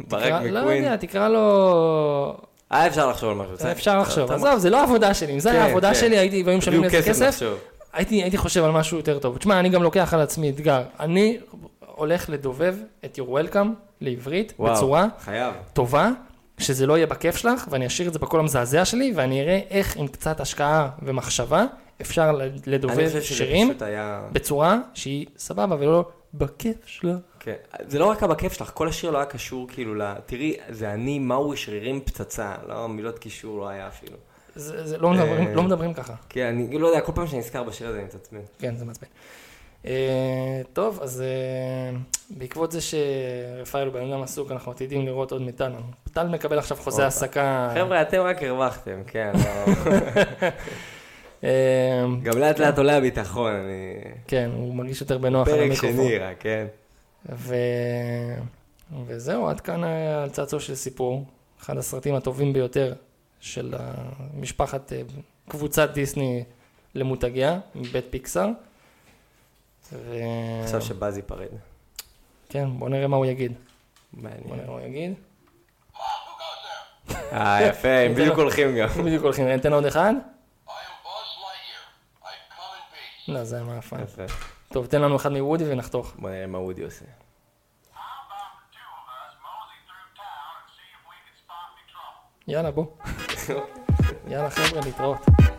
ברק
תקרא- לא
מקווין.
יודע, תקרא לו...
היה אה, אפשר לחשוב על משהו. צריך-
אפשר לחשוב.
אתה-
עזוב, זה לא העבודה שלי. אם זה
כן,
היה העבודה
כן.
שלי, הייתי, והיו משלמים לי
תביאו
את הכסף,
נחשוב.
הייתי, הייתי חושב על משהו יותר טוב. תשמע, אני גם לוקח על עצמי אתגר. אני הולך לדובב את your welcome לעברית
וואו,
בצורה
חייב.
טובה, שזה לא יהיה בכיף שלך, ואני אשאיר את זה בקול המזעזע שלי, ואני אראה איך עם קצת השקעה ומחשבה אפשר
אני
לדובב
חושב שזה
שירים
פשוט היה...
בצורה שהיא סבבה ולא בכיף שלך.
כן. זה לא רק בכיף שלך, כל השיר לא היה קשור כאילו ל... תראי, זה אני, מהו שרירים פצצה. לא, מילות קישור לא היה אפילו. אה.
זה, זה לא, מדברים, לא מדברים ככה.
כן, אני לא יודע, כל פעם שאני נזכר בשיר הזה אני מתעצבן.
כן, זה מעצבן. אה, טוב, אז אה, בעקבות זה שרפאל הוא בן אדם עסוק, אנחנו עתידים לראות עוד מטלמן. טל מקבל עכשיו חוזה
הופה.
העסקה.
חבר'ה, אתם רק הרווחתם, כן. לא.
אה,
גם לאט לאט עולה הביטחון, אני...
כן, הוא מרגיש יותר בנוח על
פרק
המיקרופון.
שני רק, כן.
אה. ו... וזהו, עד כאן היה על צעצוע של סיפור. אחד הסרטים הטובים ביותר של ה- משפחת אה, קבוצת דיסני למותגיה, מבית פיקסאר. ו...
עכשיו שבאז ייפרד.
כן, בוא נראה מה הוא יגיד. בוא
מעניין.
נראה מה הוא יגיד.
Mom, who goes there?
אה, יפה, הם בדיוק הולכים גם.
בדיוק הולכים, ניתן עוד אחד?
I am Buzz Lightyear. I come in peace.
לא, זה היה מעפן.
יפה.
טוב, תן לנו אחד מוודי ונחתוך.
בוא נראה מה אודי עושה.
How about the two of us mosey through town and see if we can spot any trouble?
יאללה, בוא. יאללה, חבר'ה, להתראות.